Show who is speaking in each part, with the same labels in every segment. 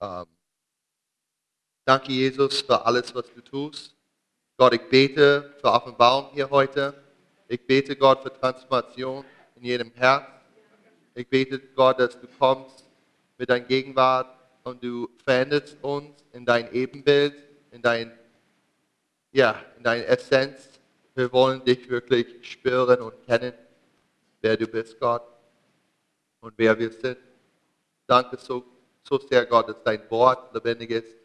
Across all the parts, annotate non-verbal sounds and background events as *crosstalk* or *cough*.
Speaker 1: Ähm, danke, Jesus, für alles, was du tust. Gott, ich bete für Offenbarung hier heute. Ich bete, Gott, für Transformation in jedem Herz. Ich bete, Gott, dass du kommst mit deiner Gegenwart und du veränderst uns in dein Ebenbild, in dein, ja, in deine Essenz. Wir wollen dich wirklich spüren und kennen, wer du bist, Gott, und wer wir sind. Danke so, so sehr, Gott, dass dein Wort lebendig ist.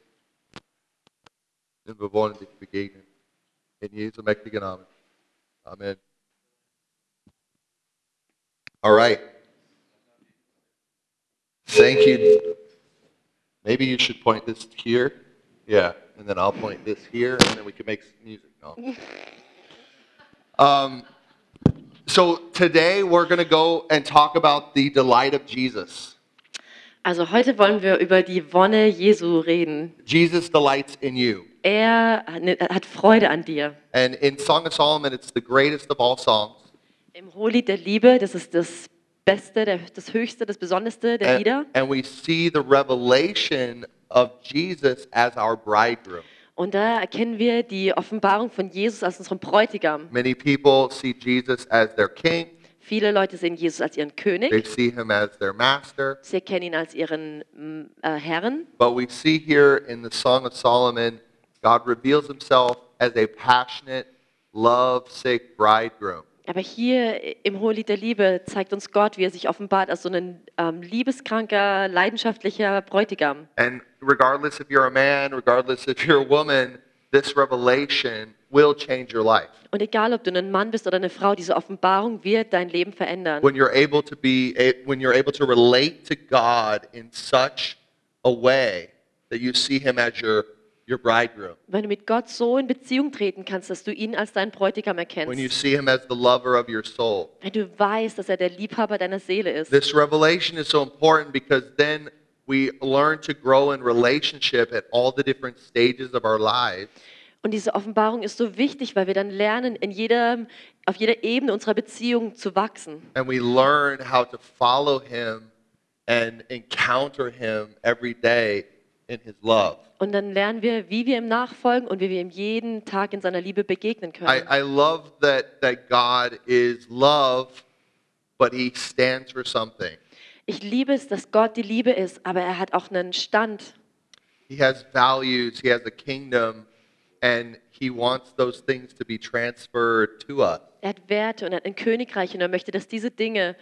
Speaker 1: Und wir wollen dich begegnen. In Jesu mächtigen Namen. Amen. All right. Thank you. Maybe you should point this here. Yeah. And then I'll point this here, and then we can make some music. No. Um, so today we're going to go and talk about the delight of Jesus.
Speaker 2: Also heute wollen wir über die Wonne Jesu reden.
Speaker 1: Jesus delights in you.
Speaker 2: Er hat Freude an dir.
Speaker 1: And in Song of Solomon, it's the greatest of all songs.
Speaker 2: Im Hohelied der Liebe, das ist das Beste, der, das Höchste, das Besonderste der Lieder.
Speaker 1: And, and we see the revelation of Jesus as our bridegroom.
Speaker 2: Und da erkennen wir die Offenbarung von Jesus als unserem Bräutigam.
Speaker 1: Many people see Jesus as their king,
Speaker 2: Viele Leute sehen Jesus als ihren
Speaker 1: they
Speaker 2: König,
Speaker 1: see him as their master.
Speaker 2: sie erkennen ihn als ihren mm, äh, Herrn.
Speaker 1: But we see here in the Song of Solomon, God reveals himself as a passionate, love-sick bridegroom.
Speaker 2: Aber hier im Hohelied der Liebe zeigt uns Gott, wie er sich offenbart als so ein ähm, liebeskranker, leidenschaftlicher Bräutigam.
Speaker 1: And regardless if you're a man, regardless if you're a woman, this revelation will change your life.
Speaker 2: Und egal, ob du ein Mann bist oder eine Frau, diese Offenbarung wird dein Leben verändern.
Speaker 1: When you're able to be a- when you're able to relate to God in such a way that you see him as your your bridegroom.
Speaker 2: Wenn du mit Gott so in Beziehung treten kannst, dass du ihn als deinen Bräutigam
Speaker 1: When you
Speaker 2: erkennst.
Speaker 1: see him as the lover of your soul.
Speaker 2: Wenn du weißt, dass er der Liebhaber deiner Seele ist.
Speaker 1: This revelation is so important because then we learn to grow in relationship at all the different stages of our lives.
Speaker 2: Und diese Offenbarung ist so wichtig, weil wir dann lernen, in jedem, auf jeder Ebene unserer Beziehung zu wachsen.
Speaker 1: And we learn how to follow him and encounter him every day in his love.
Speaker 2: Und dann lernen wir, wie wir ihm nachfolgen und wie wir ihm jeden Tag in seiner Liebe begegnen
Speaker 1: I,
Speaker 2: können.
Speaker 1: I love that, that God is love, but he stands for something.
Speaker 2: Ich liebe es, dass Gott die Liebe ist, aber er hat auch einen Stand.
Speaker 1: He has values, he has a kingdom, and he wants those things to be transferred to us.
Speaker 2: Er hat Werte und er hat ein Königreich und er möchte, dass diese Dinge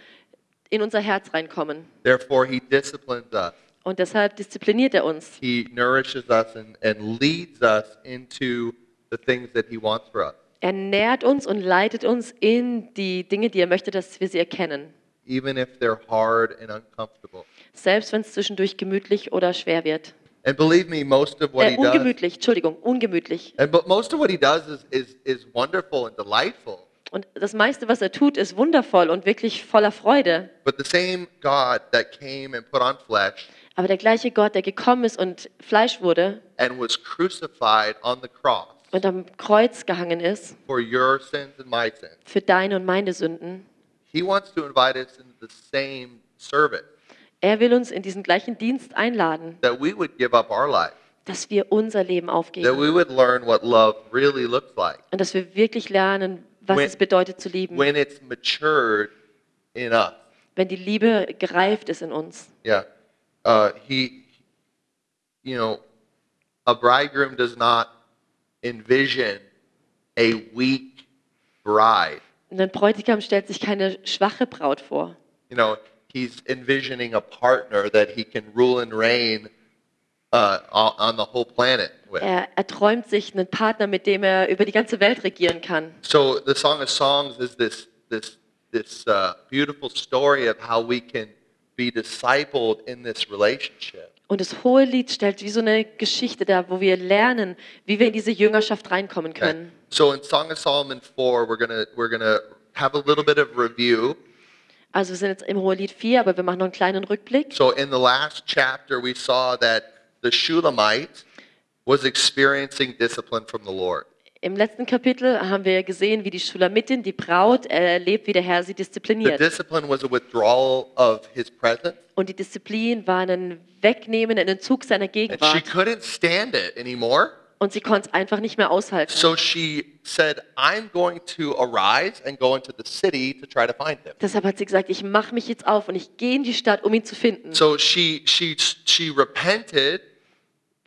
Speaker 2: in unser Herz reinkommen.
Speaker 1: Therefore, he disciplines us.
Speaker 2: Und deshalb diszipliniert er uns.
Speaker 1: He nourishes us and, and leads us into the things that He wants for us.
Speaker 2: Er nährt uns und leitet uns in die Dinge, die er möchte, dass wir sie erkennen.
Speaker 1: Even if they're hard and uncomfortable.
Speaker 2: Selbst wenn es zwischendurch gemütlich oder schwer wird.
Speaker 1: And believe me, most of what
Speaker 2: Äh,
Speaker 1: He does,
Speaker 2: ungemütlich, Entschuldigung, ungemütlich.
Speaker 1: and but most of what He does is, is, is wonderful and delightful.
Speaker 2: Und das meiste, was er tut, ist wundervoll und wirklich voller Freude.
Speaker 1: But the same God that came and put on flesh
Speaker 2: Aber der gleiche Gott, der gekommen ist und Fleisch wurde
Speaker 1: and was crucified on the cross
Speaker 2: und am Kreuz gehangen ist
Speaker 1: for your sins and my sins,
Speaker 2: für deine und meine Sünden,
Speaker 1: He wants to invite us into the same service
Speaker 2: er will uns in diesen gleichen Dienst einladen,
Speaker 1: that we would give up our life,
Speaker 2: dass wir unser Leben
Speaker 1: that
Speaker 2: aufgeben
Speaker 1: we would learn what love really looks like.
Speaker 2: und dass wir wirklich lernen, was
Speaker 1: When-
Speaker 2: es bedeutet zu lieben,
Speaker 1: when it's matured in us.
Speaker 2: wenn die Liebe gereift ist in uns.
Speaker 1: Yeah. Uh, he, you know, a bridegroom does not envision a weak bride.
Speaker 2: Und ein Bräutigam stellt sich keine schwache Braut vor.
Speaker 1: You know, he's envisioning a partner that he can rule and reign uh, on on the whole planet with.
Speaker 2: Er, er träumt sich einen Partner, mit dem er über die ganze Welt regieren kann.
Speaker 1: So the Song of Songs is this this this uh, beautiful story of how we can be discipled in this relationship.
Speaker 2: Und das hohe Lied stellt wie so eine Geschichte dar, wo wir lernen, wie wir in diese Jüngerschaft reinkommen
Speaker 1: Okay.
Speaker 2: können.
Speaker 1: So in Song of Solomon 4, we're going to we're going to have a little bit of review.
Speaker 2: Also wir sind jetzt im Hohelied 4, aber wir machen noch einen kleinen Rückblick.
Speaker 1: So in the last chapter we saw that the Shulamite was experiencing discipline from the Lord.
Speaker 2: Im letzten Kapitel haben wir gesehen, wie die Schulamitin, die Braut, erlebt, wie der Herr sie
Speaker 1: The
Speaker 2: diszipliniert.
Speaker 1: discipline was a withdrawal of his presence,
Speaker 2: Und die Disziplin war ein Wegnehmen, ein Entzug seiner
Speaker 1: and she
Speaker 2: Gegenwart.
Speaker 1: couldn't stand it anymore.
Speaker 2: Und sie konnte es einfach nicht mehr aushalten.
Speaker 1: So she said, I'm going to arise and go into the city to try to find him.
Speaker 2: Deshalb hat sie gesagt, ich mache mich jetzt auf und ich gehe in die Stadt, um ihn zu finden.
Speaker 1: So she, she, she repented,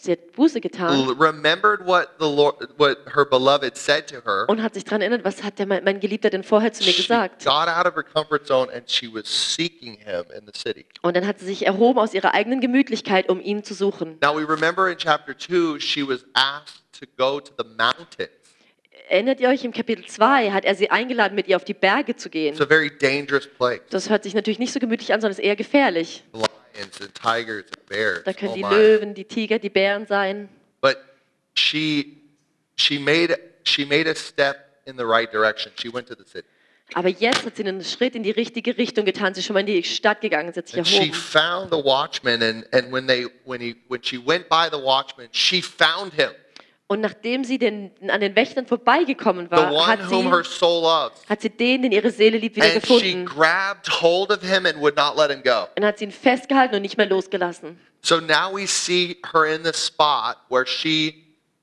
Speaker 2: Sie hat Buße getan
Speaker 1: l- remembered what, the Lord, what her beloved said to her.
Speaker 2: und hat sich daran erinnert, was hat der, mein, mein Geliebter denn vorher zu mir
Speaker 1: She
Speaker 2: gesagt?
Speaker 1: got out of her comfort zone and she was seeking him in the city.
Speaker 2: Und dann hat sie sich erhoben aus ihrer eigenen Gemütlichkeit, um ihn zu suchen.
Speaker 1: Now we remember in chapter 2, she was asked to go to the mountains.
Speaker 2: Erinnert ihr euch, im Kapitel 2 hat er sie eingeladen, mit ihr auf die Berge zu gehen.
Speaker 1: It's a very dangerous place.
Speaker 2: Das hört sich natürlich nicht so gemütlich an, sondern ist eher gefährlich.
Speaker 1: Lions and tigers and bears.
Speaker 2: Da können
Speaker 1: Oh
Speaker 2: die
Speaker 1: my.
Speaker 2: Löwen, die Tiger, die Bären sein.
Speaker 1: But she she made she made a step in the right direction. She went to the city.
Speaker 2: Aber jetzt hat sie einen Schritt in die richtige Richtung getan. Sie ist schon mal in die Stadt gegangen, sie hat sich
Speaker 1: And she
Speaker 2: erhoben.
Speaker 1: found the watchman and, and when they when he when she went by the watchman, she found him.
Speaker 2: Und nachdem sie den, an den Wächtern vorbeigekommen
Speaker 1: The
Speaker 2: war,
Speaker 1: one
Speaker 2: hat
Speaker 1: whom her
Speaker 2: sie,
Speaker 1: soul loves.
Speaker 2: hat sie den, den ihre Seele liebt, wieder
Speaker 1: And she
Speaker 2: gefunden.
Speaker 1: grabbed hold of him and would not let him go.
Speaker 2: Und hat sie ihn festgehalten und nicht mehr losgelassen.
Speaker 1: So now we see her in the spot where she,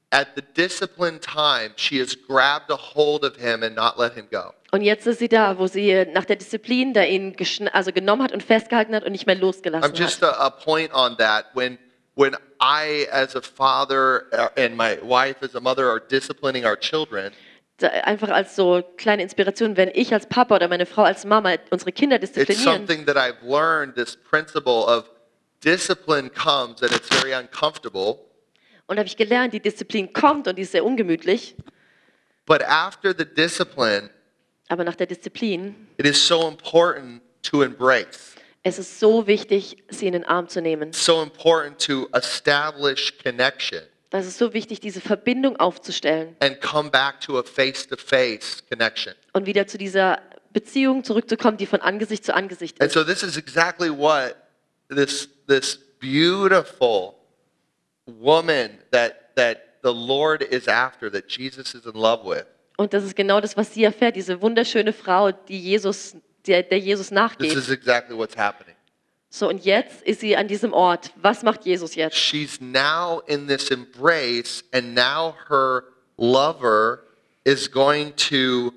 Speaker 1: at the disciplined time, she has grabbed a hold of him and not let him go.
Speaker 2: Und jetzt ist sie da, wo sie nach der Disziplin da ihn geschn- also genommen hat und festgehalten hat und nicht mehr losgelassen
Speaker 1: I'm just
Speaker 2: hat.
Speaker 1: a, a point on that. When when I, as a father, uh, and my wife as a mother, are disciplining our children,
Speaker 2: Da, einfach als so kleine Inspiration, wenn ich als Papa oder meine Frau als Mama unsere Kinder
Speaker 1: it's
Speaker 2: disziplinieren,
Speaker 1: something that I've learned. This principle of discipline comes, and it's very uncomfortable.
Speaker 2: und habe ich gelernt, die Disziplin kommt und die ist sehr ungemütlich,
Speaker 1: But after the discipline,
Speaker 2: aber nach der Disziplin,
Speaker 1: it is so important to embrace.
Speaker 2: es ist so wichtig, sie in den Arm zu nehmen.
Speaker 1: It's so important to establish connection.
Speaker 2: Das ist so wichtig, diese Verbindung aufzustellen
Speaker 1: and come back to a face to face connection.
Speaker 2: und wieder zu dieser Beziehung zurückzukommen, die von Angesicht zu Angesicht
Speaker 1: And
Speaker 2: ist.
Speaker 1: so this is exactly what this this beautiful woman that that the Lord is after that Jesus is in love with.
Speaker 2: Und das ist genau das, was sie erfährt, diese wunderschöne Frau, die Jesus, der, der Jesus
Speaker 1: This
Speaker 2: nachgeht.
Speaker 1: is exactly what's happening.
Speaker 2: So, und jetzt ist sie an diesem Ort. Was macht Jesus jetzt?
Speaker 1: She's now in this embrace and now her lover is going to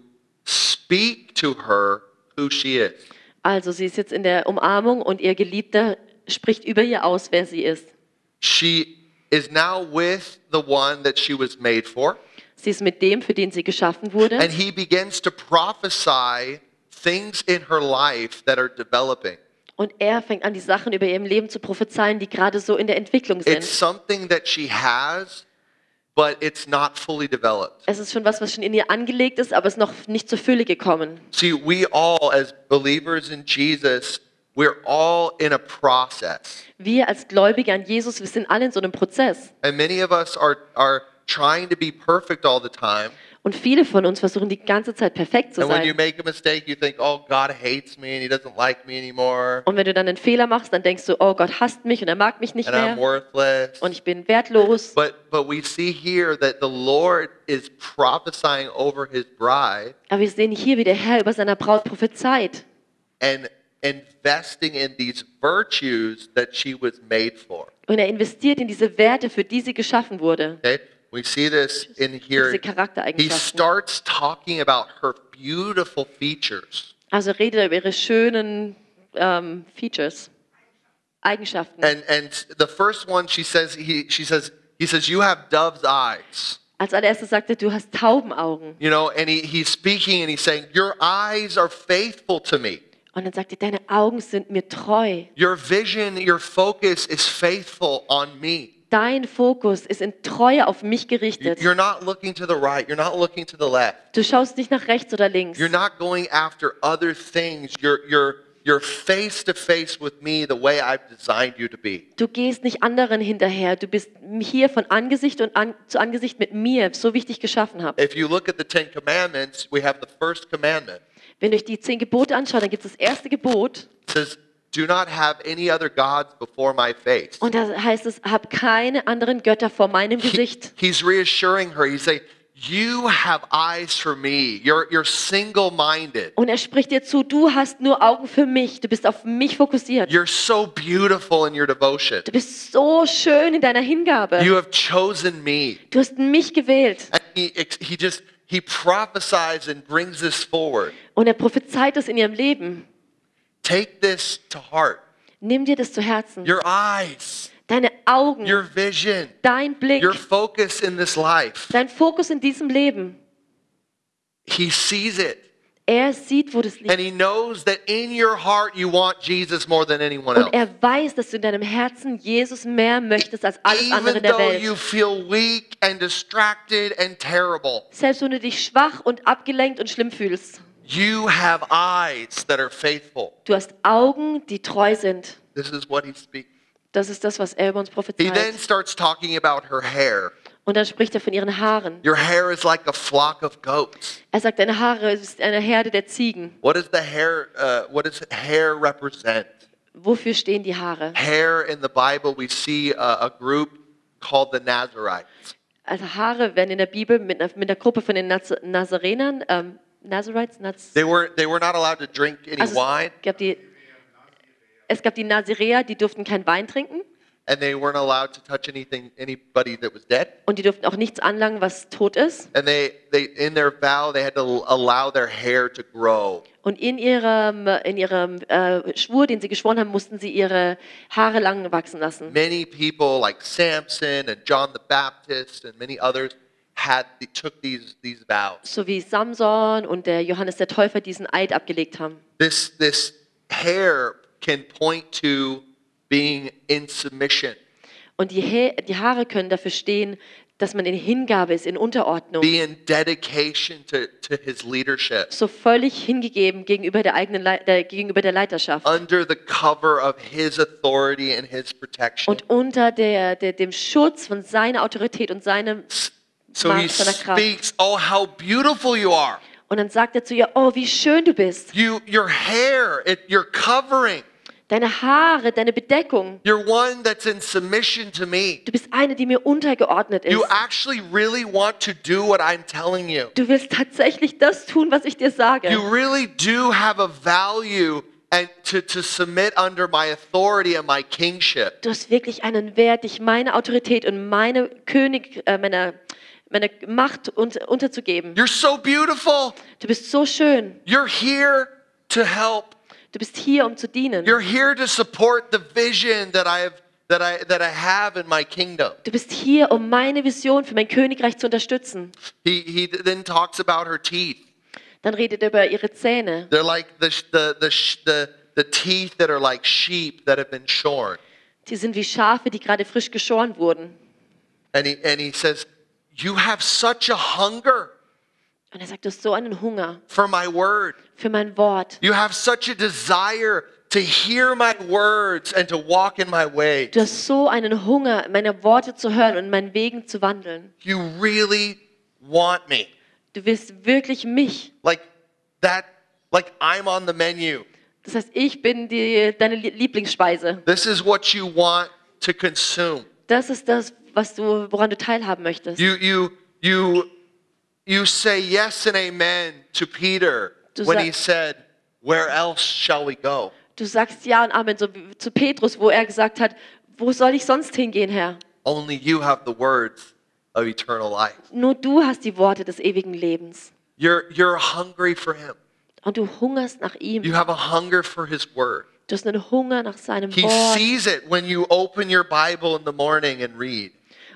Speaker 1: speak to her who she is.
Speaker 2: Also, sie ist jetzt in der Umarmung und ihr Geliebter spricht über ihr aus, wer sie ist.
Speaker 1: She is now with the one that she was made for.
Speaker 2: Sie ist mit dem, für den sie geschaffen wurde.
Speaker 1: And he begins to prophesy things in her life that are developing.
Speaker 2: Und er fängt an, die Sachen über ihrem Leben zu prophezeien, die gerade so in der Entwicklung
Speaker 1: It's
Speaker 2: sind.
Speaker 1: something that she has, but it's not fully developed.
Speaker 2: Es ist schon was, was schon in ihr angelegt ist, aber ist noch nicht zur Fülle gekommen.
Speaker 1: See, we all, as believers in Jesus, we're all in a process.
Speaker 2: Wir als Gläubige an Jesus, wir sind alle in so einem Prozess.
Speaker 1: And many of us are, are trying to be perfect all the time.
Speaker 2: Und viele von uns versuchen die ganze Zeit perfekt zu
Speaker 1: And when you
Speaker 2: sein.
Speaker 1: make a mistake, you think, oh, God hates me and he doesn't like me anymore.
Speaker 2: Und wenn du dann einen Fehler machst, dann denkst du, oh Gott hasst mich und er mag mich nicht
Speaker 1: And I'm
Speaker 2: mehr
Speaker 1: worthless.
Speaker 2: und ich bin wertlos.
Speaker 1: But but we see here that the Lord is prophesying over his bride
Speaker 2: Aber wir sehen hier, wie der Herr über seiner Braut prophezeit
Speaker 1: and investing in these virtues that she was made for.
Speaker 2: und er investiert in diese Werte, für die sie geschaffen wurde.
Speaker 1: Okay? We see this in
Speaker 2: Diese
Speaker 1: here. He
Speaker 2: Charaktereigenschaften.
Speaker 1: starts talking about her beautiful features.
Speaker 2: Also redet er über ihre schönen ähm, Features, Eigenschaften.
Speaker 1: And and the first one she says he she says he says you have dove's eyes.
Speaker 2: Als allererstes sagte er, du hast Taubenaugen.
Speaker 1: You know, and he, he's speaking and he's saying, Your eyes are faithful to me.
Speaker 2: Und dann sagte er, deine Augen sind mir treu.
Speaker 1: Your vision, your focus is faithful on me.
Speaker 2: Dein Fokus ist in Treue auf mich
Speaker 1: You-
Speaker 2: gerichtet.
Speaker 1: You're not looking to the right. You're not looking to the left.
Speaker 2: Du schaust nicht nach rechts oder links.
Speaker 1: You're not going after other things. You're, you're, you're face to face with me the way I've designed you to be.
Speaker 2: Du gehst nicht anderen hinterher. Du bist hier von Angesicht und an, zu Angesicht mit mir, so wie ich dich geschaffen habe.
Speaker 1: If you look at the Ten Commandments, we have the first commandment.
Speaker 2: Wenn ihr euch die zehn Gebote anschaut, dann gibt es das erste Gebot
Speaker 1: It says, Do not have any other gods before my face.
Speaker 2: und da heißt es, hab keine anderen Götter vor meinem
Speaker 1: He-
Speaker 2: Gesicht.
Speaker 1: he's reassuring her. He's saying, You have eyes for me. You're, you're single minded.
Speaker 2: Und er spricht dir zu, du hast nur Augen für mich, du bist auf mich fokussiert.
Speaker 1: You're so beautiful in your devotion.
Speaker 2: Du bist so schön in deiner Hingabe.
Speaker 1: You have chosen me.
Speaker 2: Du hast mich gewählt.
Speaker 1: And he, ex- he just, he prophesies and brings this forward.
Speaker 2: Und er prophezeit das in ihrem Leben.
Speaker 1: Take this to heart.
Speaker 2: Nimm dir das zu Herzen.
Speaker 1: Your eyes,
Speaker 2: Deine Augen,
Speaker 1: your vision,
Speaker 2: dein Blick,
Speaker 1: your focus in this life.
Speaker 2: dein Fokus in diesem Leben.
Speaker 1: He sees it.
Speaker 2: Er sieht, wo das liegt.
Speaker 1: And he knows that in your heart you want Jesus more than anyone else.
Speaker 2: Und er weiß, dass du in deinem Herzen Jesus mehr möchtest als alles
Speaker 1: Even
Speaker 2: andere in der
Speaker 1: though you
Speaker 2: Welt.
Speaker 1: feel weak and distracted and terrible,
Speaker 2: Selbst wenn du dich schwach und abgelenkt und schlimm fühlst.
Speaker 1: you have eyes that are faithful.
Speaker 2: Du hast Augen, die treu sind.
Speaker 1: This is what he speaks.
Speaker 2: Das ist das, was er über uns
Speaker 1: He then
Speaker 2: prophezeit.
Speaker 1: starts talking about her hair.
Speaker 2: Und dann spricht er von ihren Haaren.
Speaker 1: Your hair is like a flock of goats.
Speaker 2: Er sagt, deine Haare ist eine Herde der Ziegen.
Speaker 1: What does the hair? Uh, what does hair represent?
Speaker 2: Wofür stehen die Haare?
Speaker 1: Hair in the Bible, we see a, a group called the Nazarites.
Speaker 2: Also Haare werden in der Bibel mit einer, mit einer Gruppe von den Naz Nazarenern, ähm, Nazarites, Naz
Speaker 1: They were they were not allowed to drink any
Speaker 2: also
Speaker 1: wine,
Speaker 2: es gab die, es gab die Nazireer, die durften keinen Wein trinken
Speaker 1: and they weren't allowed to touch anything anybody that was dead.
Speaker 2: und die durften auch nichts anlangen, was tot ist.
Speaker 1: And they, they in their vow they had to allow their hair to grow.
Speaker 2: Und in ihrem, in ihrem äh, Schwur, den sie geschworen haben, mussten sie ihre Haare lang wachsen lassen.
Speaker 1: Many people like Samson and John the Baptist and many others had they took these these vows.
Speaker 2: So wie Samson und der Johannes der Täufer diesen Eid abgelegt haben.
Speaker 1: This this hair can point to being in submission,
Speaker 2: Und die, Hä- die Haare können dafür stehen, dass man in Hingabe ist, in Unterordnung.
Speaker 1: be in dedication to, to his leadership,
Speaker 2: So völlig hingegeben gegenüber der eigenen Lei- der, gegenüber der Leiterschaft.
Speaker 1: under the cover of his authority and his protection.
Speaker 2: Und unter der, der, dem Schutz von seiner Autorität und seinem.
Speaker 1: So he
Speaker 2: Mark van der Kraag.
Speaker 1: speaks, Oh, how beautiful you are.
Speaker 2: Und dann sagt er zu ihr: Oh, wie schön du bist.
Speaker 1: You your hair, it, your covering.
Speaker 2: Deine Haare, deine Bedeckung.
Speaker 1: You're one that's in submission to me.
Speaker 2: Du bist eine, die mir untergeordnet ist.
Speaker 1: You actually really want to do what I'm telling you.
Speaker 2: Du willst tatsächlich das tun, was ich dir sage.
Speaker 1: You really do have a value and to, to submit under my authority and my kingship.
Speaker 2: Du hast wirklich einen Wert, dich meiner Autorität und meine König, äh, meiner, meiner Macht un unterzugeben.
Speaker 1: You're so beautiful.
Speaker 2: Du bist so schön.
Speaker 1: You're here to help.
Speaker 2: Du bist hier, um zu dienen.
Speaker 1: You're here to support the vision that I have that I that I have in my kingdom.
Speaker 2: Du bist hier, um meine Vision für mein Königreich zu unterstützen.
Speaker 1: He he then talks about her teeth.
Speaker 2: Dann redet er über ihre Zähne.
Speaker 1: They're like the sh- the the sh- the, the teeth that are like sheep that have been shorn.
Speaker 2: Die sind wie Schafe, die gerade frisch geschoren wurden.
Speaker 1: And he, and he says, You have such a hunger
Speaker 2: Und er sagt, du hast so einen Hunger
Speaker 1: for my word.
Speaker 2: für mein Wort.
Speaker 1: You have such a desire to hear my words and to walk in my way.
Speaker 2: Du hast so einen Hunger, meine Worte zu hören und in meinen Wegen zu wandeln.
Speaker 1: You really want me.
Speaker 2: Du willst wirklich mich.
Speaker 1: Like that, like I'm on the menu.
Speaker 2: Das heißt, ich bin die, deine Lie- Lieblingsspeise.
Speaker 1: This is what you want to consume.
Speaker 2: Das ist das, was du, woran du teilhaben möchtest.
Speaker 1: You, you, you, you say yes and amen to Peter
Speaker 2: Du
Speaker 1: when
Speaker 2: sag-
Speaker 1: he said, Where else shall we go?
Speaker 2: Du sagst Ja und Amen, so wie zu Petrus, wo er gesagt hat, wo soll ich sonst hingehen, Herr?
Speaker 1: Only you have the words of eternal life.
Speaker 2: Nur du hast die Worte des ewigen Lebens.
Speaker 1: You're, you're hungry for him.
Speaker 2: Und du hungerst nach ihm.
Speaker 1: You have a hunger for his word.
Speaker 2: Du hast einen Hunger nach seinem
Speaker 1: He
Speaker 2: Wort.
Speaker 1: sees it when you open your Bible in the morning and read.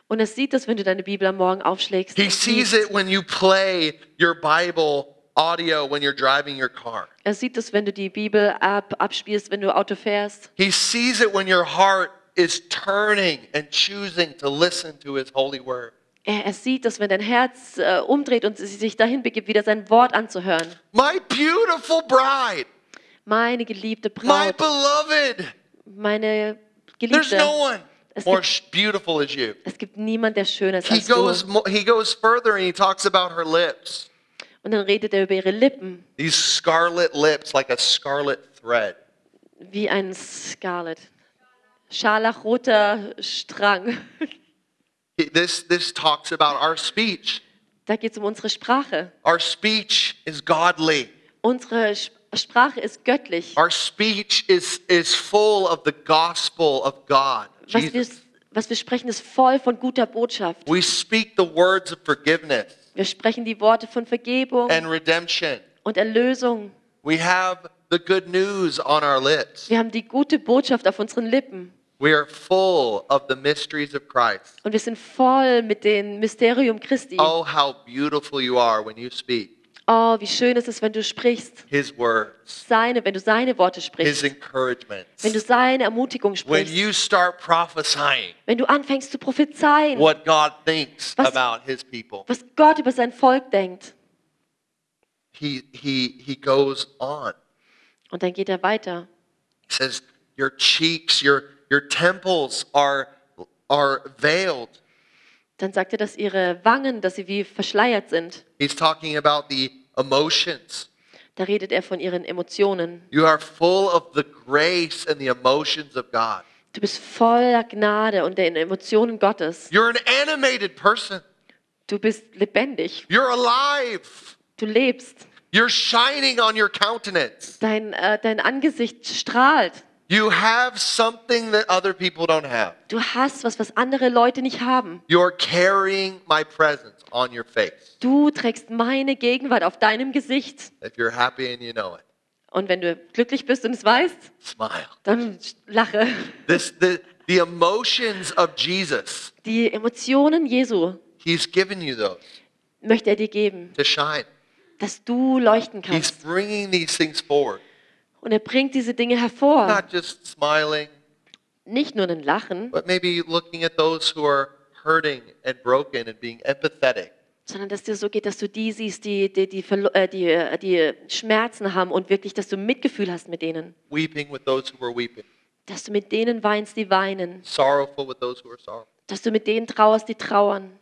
Speaker 2: Und er sieht das, wenn du deine Bibel am Morgen aufschlägst.
Speaker 1: He
Speaker 2: und
Speaker 1: sees
Speaker 2: liest.
Speaker 1: it when you play your Bible audio when you're driving your car.
Speaker 2: Er sieht das, wenn du die Bibel ab, abspielst, wenn du Auto fährst.
Speaker 1: He sees it when your heart is turning and choosing to listen to his holy word.
Speaker 2: Er, er sieht das, wenn dein Herz äh, umdreht und es sich dahin begibt, wieder sein Wort anzuhören.
Speaker 1: My beautiful bride,
Speaker 2: Meine geliebte
Speaker 1: my
Speaker 2: Braut.
Speaker 1: beloved, there's
Speaker 2: meine Geliebte,
Speaker 1: no one
Speaker 2: Es gibt-
Speaker 1: more sh- beautiful as you.
Speaker 2: es gibt niemand, der schöner ist
Speaker 1: He
Speaker 2: als
Speaker 1: goes,
Speaker 2: du.
Speaker 1: mo- he goes further and he talks about her lips.
Speaker 2: Und dann redet er über ihre Lippen,
Speaker 1: These scarlet lips, like a scarlet thread.
Speaker 2: wie ein Scarlet. Scharlachroter Strang. *laughs*
Speaker 1: This, this talks about our speech.
Speaker 2: Da geht es um unsere Sprache.
Speaker 1: Our speech is godly.
Speaker 2: Unsere Sp- Sprache ist göttlich.
Speaker 1: Our speech is, is full of the gospel of God.
Speaker 2: Was wir,
Speaker 1: Jesus.
Speaker 2: was wir sprechen, ist voll von guter Botschaft.
Speaker 1: We speak the words of forgiveness
Speaker 2: Wir sprechen die Worte von Vergebung
Speaker 1: and redemption.
Speaker 2: und Erlösung.
Speaker 1: We have the good news on our lips.
Speaker 2: Wir haben die gute Botschaft auf unseren Lippen.
Speaker 1: We are full of the mysteries of Christ.
Speaker 2: Und wir sind voll mit dem Mysterium Christi.
Speaker 1: Oh, how beautiful you are when you speak
Speaker 2: Oh, wie schön ist es, wenn du sprichst.
Speaker 1: His words,
Speaker 2: Seine, wenn du seine Worte
Speaker 1: His
Speaker 2: sprichst. Wenn du
Speaker 1: encouragements.
Speaker 2: seine Ermutigung
Speaker 1: When
Speaker 2: sprichst.
Speaker 1: you start prophesying
Speaker 2: Wenn du anfängst zu prophezeien,
Speaker 1: what God thinks
Speaker 2: Was-
Speaker 1: about His people,
Speaker 2: was Gott über sein Volk denkt.
Speaker 1: He, he, he goes on.
Speaker 2: Und dann geht er weiter.
Speaker 1: He says, Your cheeks, your, your temples are, are veiled.
Speaker 2: Dann sagt er, dass ihre Wangen, dass sie wie verschleiert sind.
Speaker 1: He's talking about the emotions.
Speaker 2: Da redet er von ihren Emotionen.
Speaker 1: You are full of the grace and the emotions of God.
Speaker 2: Du bist voller Gnade und der Emotionen Gottes.
Speaker 1: You're an animated person.
Speaker 2: Du bist lebendig.
Speaker 1: You're alive.
Speaker 2: Du lebst.
Speaker 1: You're shining on your countenance.
Speaker 2: Dein, äh, dein Angesicht strahlt.
Speaker 1: You have something that other people don't have.
Speaker 2: Du hast was, was andere Leute nicht haben.
Speaker 1: You're carrying my presence on your face.
Speaker 2: Du trägst meine Gegenwart auf deinem Gesicht.
Speaker 1: If you're happy and you know it,
Speaker 2: Und wenn du glücklich bist und es weißt,
Speaker 1: smile.
Speaker 2: dann lache.
Speaker 1: This the the emotions of Jesus.
Speaker 2: Die Emotionen Jesu
Speaker 1: He's given you those
Speaker 2: möchte er dir geben,
Speaker 1: to shine.
Speaker 2: dass du leuchten
Speaker 1: He's
Speaker 2: kannst.
Speaker 1: bringing these things forward.
Speaker 2: Und er bringt diese Dinge hervor.
Speaker 1: Not just smiling,
Speaker 2: Nicht nur ein Lachen,
Speaker 1: but maybe looking at those who are hurting and broken and being empathetic.
Speaker 2: sondern dass dir so geht, dass du die siehst, die, die, die, verlo- äh, die, äh, die Schmerzen haben und wirklich, dass du Mitgefühl hast mit denen.
Speaker 1: weeping with those who are weeping,
Speaker 2: Dass du mit denen weinst, die weinen.
Speaker 1: sorrowful with those who are sorrowful.
Speaker 2: Dass du mit denen trauerst, die trauern.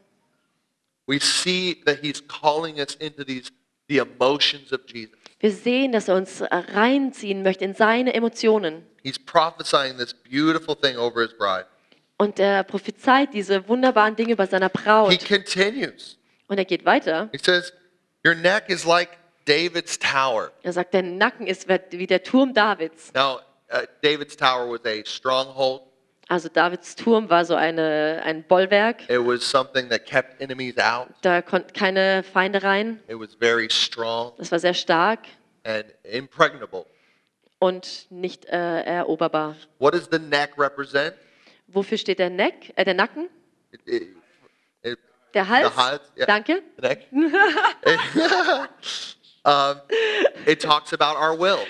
Speaker 1: We see that he's calling us into these the emotions of Jesus.
Speaker 2: Wir sehen, dass er uns äh, reinziehen möchte in seine Emotionen.
Speaker 1: He's prophesying this beautiful thing over his bride.
Speaker 2: Und er prophezeit diese wunderbaren Dinge über seiner
Speaker 1: He
Speaker 2: Braut.
Speaker 1: continues.
Speaker 2: Und er geht weiter.
Speaker 1: He says, "Your neck is like David's tower."
Speaker 2: Er sagt, dein Nacken ist wie der Turm Davids.
Speaker 1: Now, uh, David's tower was a stronghold.
Speaker 2: Also Davids Turm war so eine, ein Bollwerk.
Speaker 1: It was something that kept enemies out.
Speaker 2: Da konnten keine Feinde rein.
Speaker 1: It was very strong
Speaker 2: Das war sehr stark
Speaker 1: and impregnable.
Speaker 2: und nicht äh, eroberbar.
Speaker 1: What does the neck represent?
Speaker 2: Wofür steht der, Neck, äh, der Nacken?
Speaker 1: It, it- it-
Speaker 2: Der Hals?
Speaker 1: Der Hals, ja.
Speaker 2: Danke.
Speaker 1: the neck. *laughs* um, it talks about our will.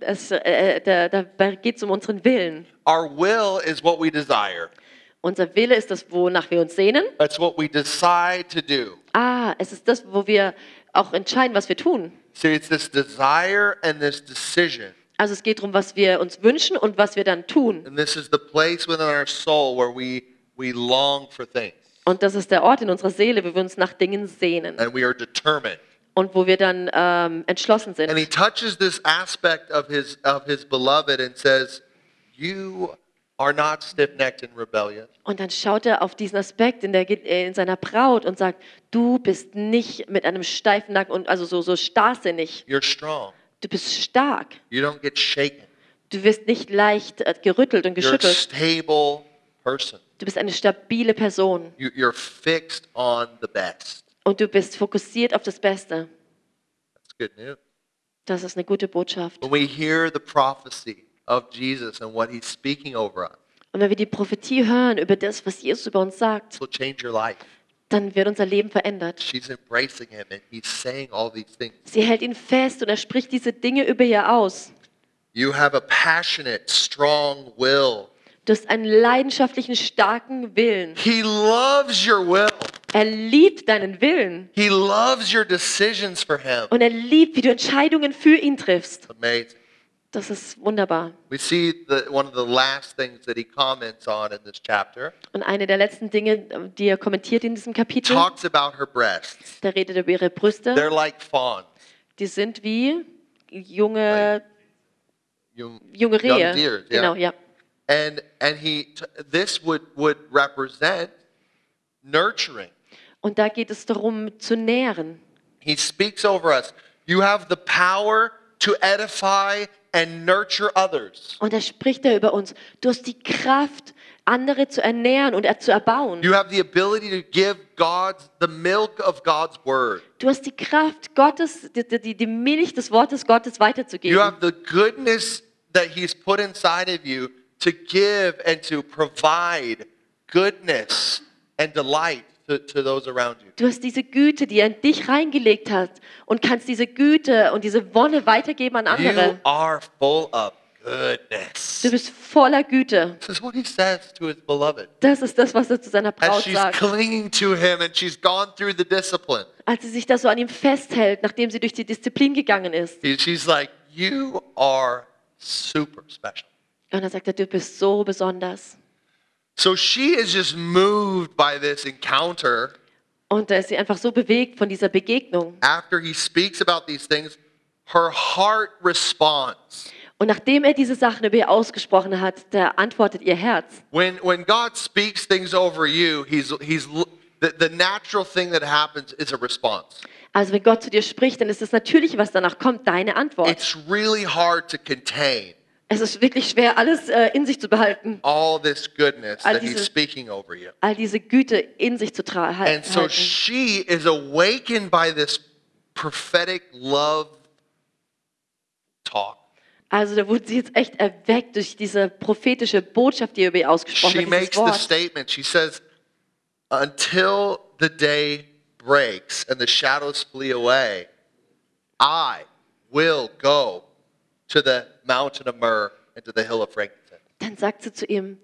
Speaker 2: Es, äh, da da geht es um unseren Willen.
Speaker 1: Our will is what we desire.
Speaker 2: Unser Wille ist das, wonach wir uns sehnen.
Speaker 1: That's what we decide to do.
Speaker 2: Ah, es ist das, wo wir auch entscheiden, was wir tun.
Speaker 1: So it's this desire and this decision.
Speaker 2: Also es geht darum, was wir uns wünschen und was wir dann tun.
Speaker 1: And this is the place within our soul where we, we long for things
Speaker 2: Und das ist der Ort in unserer Seele, wo wir uns nach Dingen sehnen
Speaker 1: and we are determined.
Speaker 2: und wo wir dann ähm, entschlossen
Speaker 1: And he
Speaker 2: sind.
Speaker 1: touches this aspect of his, of his beloved and says, You are not stiff necked and rebellious.
Speaker 2: Und dann schaut er auf diesen Aspekt in, der, Ge- äh, in seiner Braut und sagt, du bist nicht mit einem steifen Nacken und also so, so starrsinnig.
Speaker 1: You're strong.
Speaker 2: Du bist stark.
Speaker 1: You don't get shaken.
Speaker 2: Du wirst nicht leicht äh, gerüttelt und
Speaker 1: You're a
Speaker 2: geschüttelt.
Speaker 1: stable person.
Speaker 2: Du bist eine stabile Person
Speaker 1: You- You're fixed on the best.
Speaker 2: und du bist fokussiert auf das Beste.
Speaker 1: That's good news.
Speaker 2: Das ist eine gute Botschaft.
Speaker 1: When we hear the prophecy of Jesus and what he's speaking over us,
Speaker 2: Und wenn wir die Prophetie hören über das, was Jesus über uns sagt,
Speaker 1: this will change your life.
Speaker 2: dann wird unser Leben verändert.
Speaker 1: She's embracing him and he's saying all these things.
Speaker 2: Sie hält ihn fest und er spricht diese Dinge über ihr aus.
Speaker 1: You have a passionate, strong will.
Speaker 2: Du hast einen leidenschaftlichen, starken Willen.
Speaker 1: He loves your will.
Speaker 2: Er liebt deinen Willen
Speaker 1: He loves your decisions for him.
Speaker 2: und er liebt, wie du Entscheidungen für ihn triffst.
Speaker 1: It's amazing.
Speaker 2: Das ist wunderbar.
Speaker 1: We see the, one of the last things that he comments on in this chapter.
Speaker 2: Und eine der letzten Dinge, die er kommentiert in diesem Kapitel,
Speaker 1: Talks about her breasts.
Speaker 2: da redet er über ihre Brüste.
Speaker 1: They're like fawns.
Speaker 2: Die sind wie junge,
Speaker 1: You-
Speaker 2: junge
Speaker 1: young
Speaker 2: Rehe.
Speaker 1: deers, yeah.
Speaker 2: Genau, ja.
Speaker 1: and and he t- this would would represent nurturing
Speaker 2: Und da geht es darum, zu nähren.
Speaker 1: He speaks over us. You have the power to edify and nurture others.
Speaker 2: Und da spricht er über uns. Du hast die Kraft, andere zu ernähren und er- zu erbauen.
Speaker 1: You have the ability to give God's the milk of God's word.
Speaker 2: Du hast die Kraft, Gottes, die, die, die Milch des Wortes Gottes
Speaker 1: You
Speaker 2: weiterzugeben.
Speaker 1: have the goodness that he's put inside of you to give and to provide goodness and delight to, to those around you.
Speaker 2: Du hast diese Güte, die er in dich reingelegt hat und kannst diese Güte und diese Wonne weitergeben an
Speaker 1: You
Speaker 2: andere.
Speaker 1: are full of goodness.
Speaker 2: Du bist voller Güte.
Speaker 1: This is what he says to his beloved.
Speaker 2: Das ist das, was er zu seiner
Speaker 1: As
Speaker 2: Braut
Speaker 1: she's
Speaker 2: sagt.
Speaker 1: clinging to him and she's gone through the discipline,
Speaker 2: Als sie sich da so an ihm festhält, nachdem sie durch die Disziplin gegangen ist.
Speaker 1: he- she's like, You are super special.
Speaker 2: Und dann sagt er, du bist so besonders.
Speaker 1: So she is just moved by this encounter
Speaker 2: Und da ist sie einfach so bewegt von dieser Begegnung.
Speaker 1: after he speaks about these things. Her heart responds.
Speaker 2: Und nachdem er diese Sachen über ihr ausgesprochen hat, da antwortet ihr Herz.
Speaker 1: When, when God speaks things over you, he's, he's, l- the, the natural thing that happens is a response.
Speaker 2: Also wenn Gott zu dir spricht, dann ist das Natürliche, was danach kommt, deine Antwort.
Speaker 1: It's really hard to contain
Speaker 2: Es ist wirklich schwer, alles äh, in sich zu behalten.
Speaker 1: all this goodness
Speaker 2: All
Speaker 1: that he's
Speaker 2: dieses-
Speaker 1: speaking over you.
Speaker 2: All diese Güte in sich zu tra- hal-
Speaker 1: And so
Speaker 2: halten.
Speaker 1: she is awakened by this prophetic love talk.
Speaker 2: Also da wurde sie jetzt echt erweckt durch diese prophetische Botschaft, die er über ihr ausgesprochen
Speaker 1: She
Speaker 2: hat. dieses
Speaker 1: makes the
Speaker 2: Wort.
Speaker 1: statement. She says, Until the day breaks and the shadows flee away, I will go to the mountain of myrrh and to the hill of frankincense.
Speaker 2: Dann sagt sie zu ihm,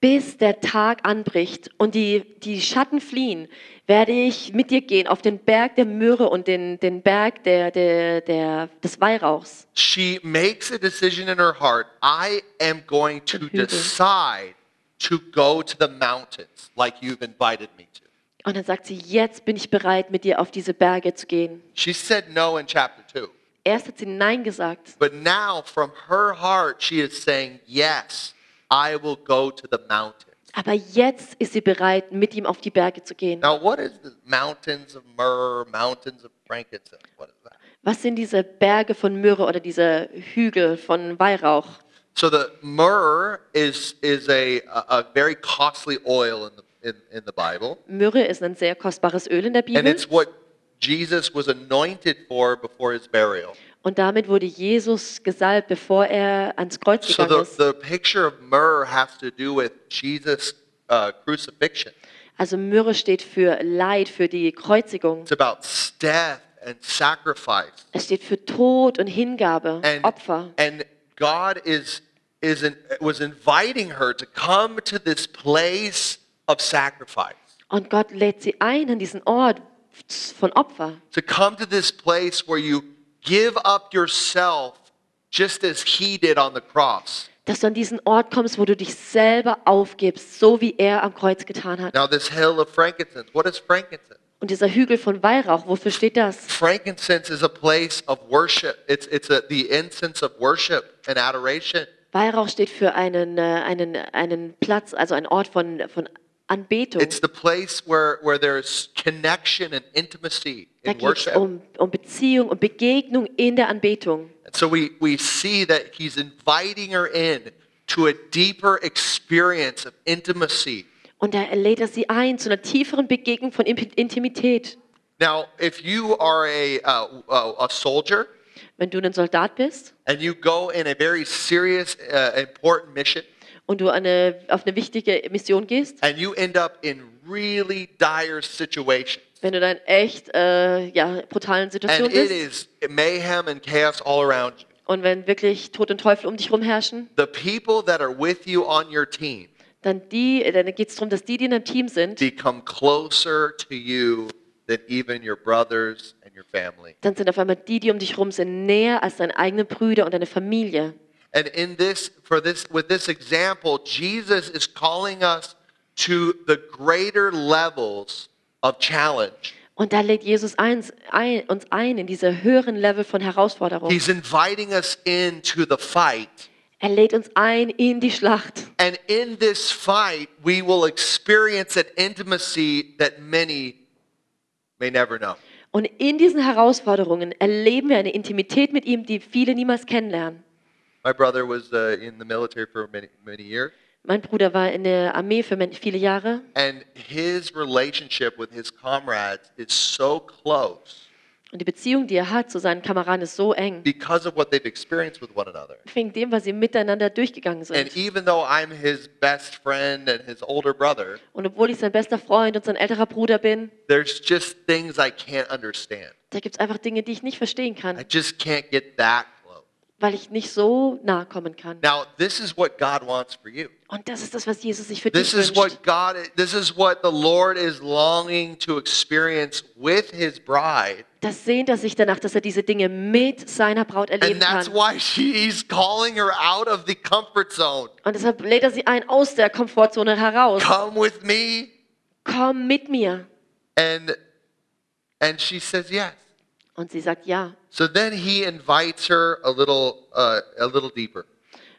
Speaker 2: bis der Tag anbricht und die, die Schatten fliehen, werde ich mit dir gehen auf den Berg der Myrrhe und den, den Berg der, der, der, des Weihrauchs.
Speaker 1: She makes a decision in her heart I am going to
Speaker 2: hügel.
Speaker 1: decide to go to the mountains like you've invited me to.
Speaker 2: Und dann sagt sie, jetzt bin ich bereit, mit dir auf diese Berge zu gehen.
Speaker 1: She said no in chapter 2.
Speaker 2: Erst hat sie Nein gesagt,
Speaker 1: But now, from her heart, she is saying, Yes, I will go to the mountains.
Speaker 2: aber jetzt ist sie bereit, mit ihm auf die Berge zu gehen.
Speaker 1: Now, what is the mountains of myrrh, mountains of frankincense? What is that?
Speaker 2: Was sind diese Berge von Myrrhe oder diese Hügel von Weihrauch?
Speaker 1: So, the myrrh is, is a, a, a very costly oil in the, in, in the Bible,
Speaker 2: Myrrhe ist ein sehr kostbares Öl in der
Speaker 1: and
Speaker 2: Bibel
Speaker 1: it's what Jesus was anointed for before his burial.
Speaker 2: und damit wurde Jesus gesalbt, bevor er ans Kreuz
Speaker 1: So,
Speaker 2: gegangen
Speaker 1: the,
Speaker 2: ist.
Speaker 1: the picture of myrrh has to do with Jesus' uh, crucifixion.
Speaker 2: Also Myrrhe steht für Leid, für die Kreuzigung.
Speaker 1: It's about death and sacrifice.
Speaker 2: Es steht für Tod und Hingabe,
Speaker 1: and
Speaker 2: Opfer.
Speaker 1: and God is is in, was inviting her to come to this place of sacrifice,
Speaker 2: Und Gott lädt sie ein an diesen Ort von Opfer.
Speaker 1: to come to this place where you give up yourself just as he did on the cross.
Speaker 2: Dass du an diesen Ort kommst, wo du dich selber aufgibst, so wie er am Kreuz getan hat.
Speaker 1: Now this hill of frankincense, what is frankincense?
Speaker 2: Und dieser Hügel von Weihrauch, wofür steht das?
Speaker 1: Frankincense is a place of worship. It's it's a, the incense of worship and adoration.
Speaker 2: Weihrauch steht für einen, äh, einen, einen Platz, also ein Ort von, von Anbetung.
Speaker 1: It's the place where where there's connection and intimacy
Speaker 2: Da
Speaker 1: in
Speaker 2: geht es
Speaker 1: worship.
Speaker 2: um, um Beziehung und Begegnung in der Anbetung.
Speaker 1: And so we, we see that he's inviting her in to a deeper experience of intimacy.
Speaker 2: Und da lädt er sie ein zu einer tieferen Begegnung von Imp- Intimität.
Speaker 1: Now, if you are a, uh, a, a soldier
Speaker 2: Wenn du ein Soldat bist
Speaker 1: and you go in a very serious, uh, important mission,
Speaker 2: und du eine, auf eine wichtige Mission gehst,
Speaker 1: and you end up in really dire situations,
Speaker 2: wenn du dann echt äh, ja, brutalen
Speaker 1: and
Speaker 2: Situationen
Speaker 1: it
Speaker 2: bist
Speaker 1: is mayhem and chaos all around you,
Speaker 2: und wenn wirklich Tod und Teufel um dich rumherrschen,
Speaker 1: the people that are with you on your team
Speaker 2: dann, die- dann geht es darum, dass die, die in einem Team sind,
Speaker 1: become closer to you than even your brothers and your family.
Speaker 2: dann sind auf einmal die, die um dich rum sind, näher als deine eigenen Brüder und deine Familie.
Speaker 1: And in this, for this, with this example, Jesus is calling us to the greater levels of challenge.
Speaker 2: Und da lädt Jesus eins, ein, uns ein in diese höheren Level von Herausforderung.
Speaker 1: He's inviting us into the fight.
Speaker 2: Er lädt uns ein in die Schlacht.
Speaker 1: And in this fight, we will experience an intimacy that many may never know.
Speaker 2: Und in diesen Herausforderungen erleben wir eine Intimität mit ihm, die viele niemals kennenlernen.
Speaker 1: My brother was uh, in the military for many, many years,
Speaker 2: Mein Bruder war in der Armee für men- viele Jahre
Speaker 1: and his relationship with his comrades is so close
Speaker 2: und die Beziehung, die er hat zu seinen Kameraden, ist so eng.
Speaker 1: because of what they've experienced with one another.
Speaker 2: Wegen dem, was sie miteinander durchgegangen
Speaker 1: And
Speaker 2: sind.
Speaker 1: even though I'm his best friend and his older brother,
Speaker 2: Und obwohl ich sein bester Freund und sein älterer Bruder bin,
Speaker 1: there's just things I can't understand.
Speaker 2: da gibt es einfach Dinge, die ich nicht verstehen
Speaker 1: I
Speaker 2: kann,
Speaker 1: just can't get that close.
Speaker 2: weil ich nicht so nahe kommen kann.
Speaker 1: Now, this is what God wants for you.
Speaker 2: Und das ist das, was Jesus sich für dich
Speaker 1: This is what
Speaker 2: wünscht.
Speaker 1: God this is what the Lord is longing to experience with his bride.
Speaker 2: Das sehnt er sich danach, dass er diese Dinge mit seiner Braut erleben
Speaker 1: And that's
Speaker 2: kann.
Speaker 1: why she's calling her out of the comfort zone.
Speaker 2: Und deshalb lädt er sie ein aus der Komfortzone heraus.
Speaker 1: Come with me.
Speaker 2: Komm mit mir.
Speaker 1: And and she says yes.
Speaker 2: Und sie sagt ja.
Speaker 1: So then he invites her a little uh, a little deeper.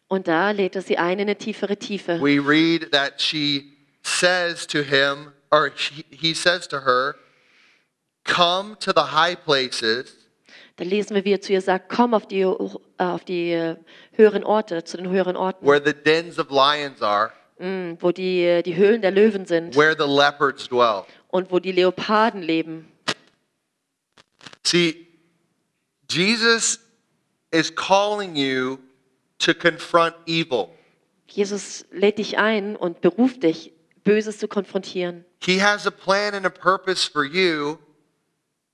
Speaker 2: Und da lädt er sie ein in eine tiefere Tiefe.
Speaker 1: We read that she says to him or she, he says to her, "Come to the high places
Speaker 2: Da lesen wir, wie er zu ihr sagt, komm auf die, äh, auf die äh, höheren Orte, zu den höheren Orten,
Speaker 1: where the dens of lions are,
Speaker 2: Mm, wo die, äh, die Höhlen der Löwen sind
Speaker 1: where the leopards dwell."
Speaker 2: und wo die Leoparden leben.
Speaker 1: See, Jesus is calling you to confront evil.
Speaker 2: Jesus lädt dich ein und beruft dich, Böses zu konfrontieren.
Speaker 1: He has a plan and a purpose for you,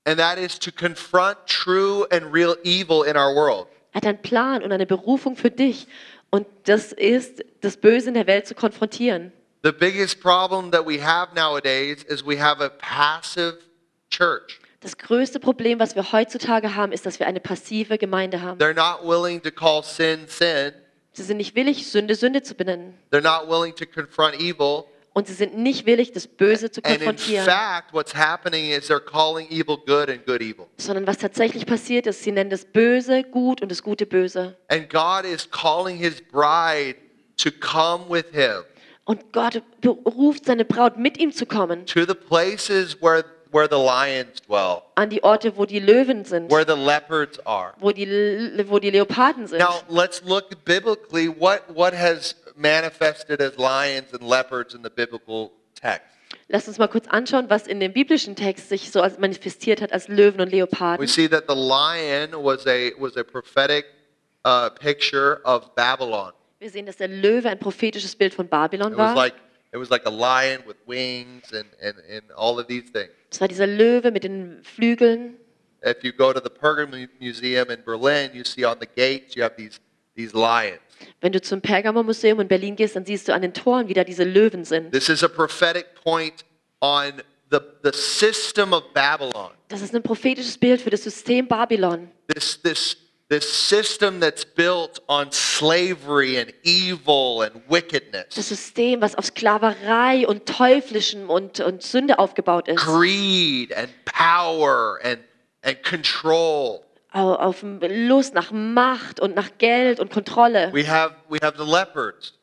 Speaker 1: and that is to confront true and real evil in our world.
Speaker 2: Er hat einen Plan und eine Berufung für dich. Und das ist, das Böse in der Welt zu konfrontieren.
Speaker 1: The biggest problem that we have nowadays is we have a passive church.
Speaker 2: Das größte Problem, was wir heutzutage haben, ist, dass wir eine passive Gemeinde haben.
Speaker 1: They're not willing to call sin sin.
Speaker 2: Sie sind nicht willig, Sünde Sünde zu benennen.
Speaker 1: They're not willing to confront evil.
Speaker 2: Und sie sind nicht willig, das Böse zu
Speaker 1: And in
Speaker 2: konfrontieren.
Speaker 1: fact, what's happening is they're calling evil good and good evil.
Speaker 2: sondern was tatsächlich passiert ist. Sie nennen das Böse gut und das Gute böse.
Speaker 1: And God is calling his bride to come with him
Speaker 2: Und Gott beruft seine Braut, mit ihm zu kommen,
Speaker 1: to the places where, where the lions dwell,
Speaker 2: an die Orte, wo die Löwen sind,
Speaker 1: where the leopards are.
Speaker 2: wo die, Le- wo die Leoparden sind.
Speaker 1: Now, let's look biblically what, what has manifested as lions and leopards in the biblical text.
Speaker 2: Lasst uns mal kurz anschauen, was in dem biblischen Text sich so als manifestiert hat als Löwen und
Speaker 1: We
Speaker 2: Leoparden.
Speaker 1: see that the lion was a, was a prophetic uh, picture of Babylon.
Speaker 2: Wir sehen, dass der Löwe ein prophetisches Bild von Babylon
Speaker 1: It was
Speaker 2: war.
Speaker 1: like, it was like a lion with wings and, and, and all of these things.
Speaker 2: Es war dieser Löwe mit den Flügeln.
Speaker 1: If you go to the Pergamon Museum in Berlin, you see on the gates you have these these lions.
Speaker 2: Wenn du zum Pergamon-Museum in Berlin gehst, dann siehst du an den Toren, wie da diese Löwen sind.
Speaker 1: This is a prophetic point on the the system of Babylon.
Speaker 2: Das ist ein prophetisches Bild für das System Babylon.
Speaker 1: This this this system that's built on slavery and evil and
Speaker 2: das
Speaker 1: wickedness,
Speaker 2: System, was auf Sklaverei und Teuflischen und, und Sünde aufgebaut ist,
Speaker 1: greed and power and and control.
Speaker 2: au- auf Lust nach Macht und nach Geld und Kontrolle.
Speaker 1: We have we have the leopards.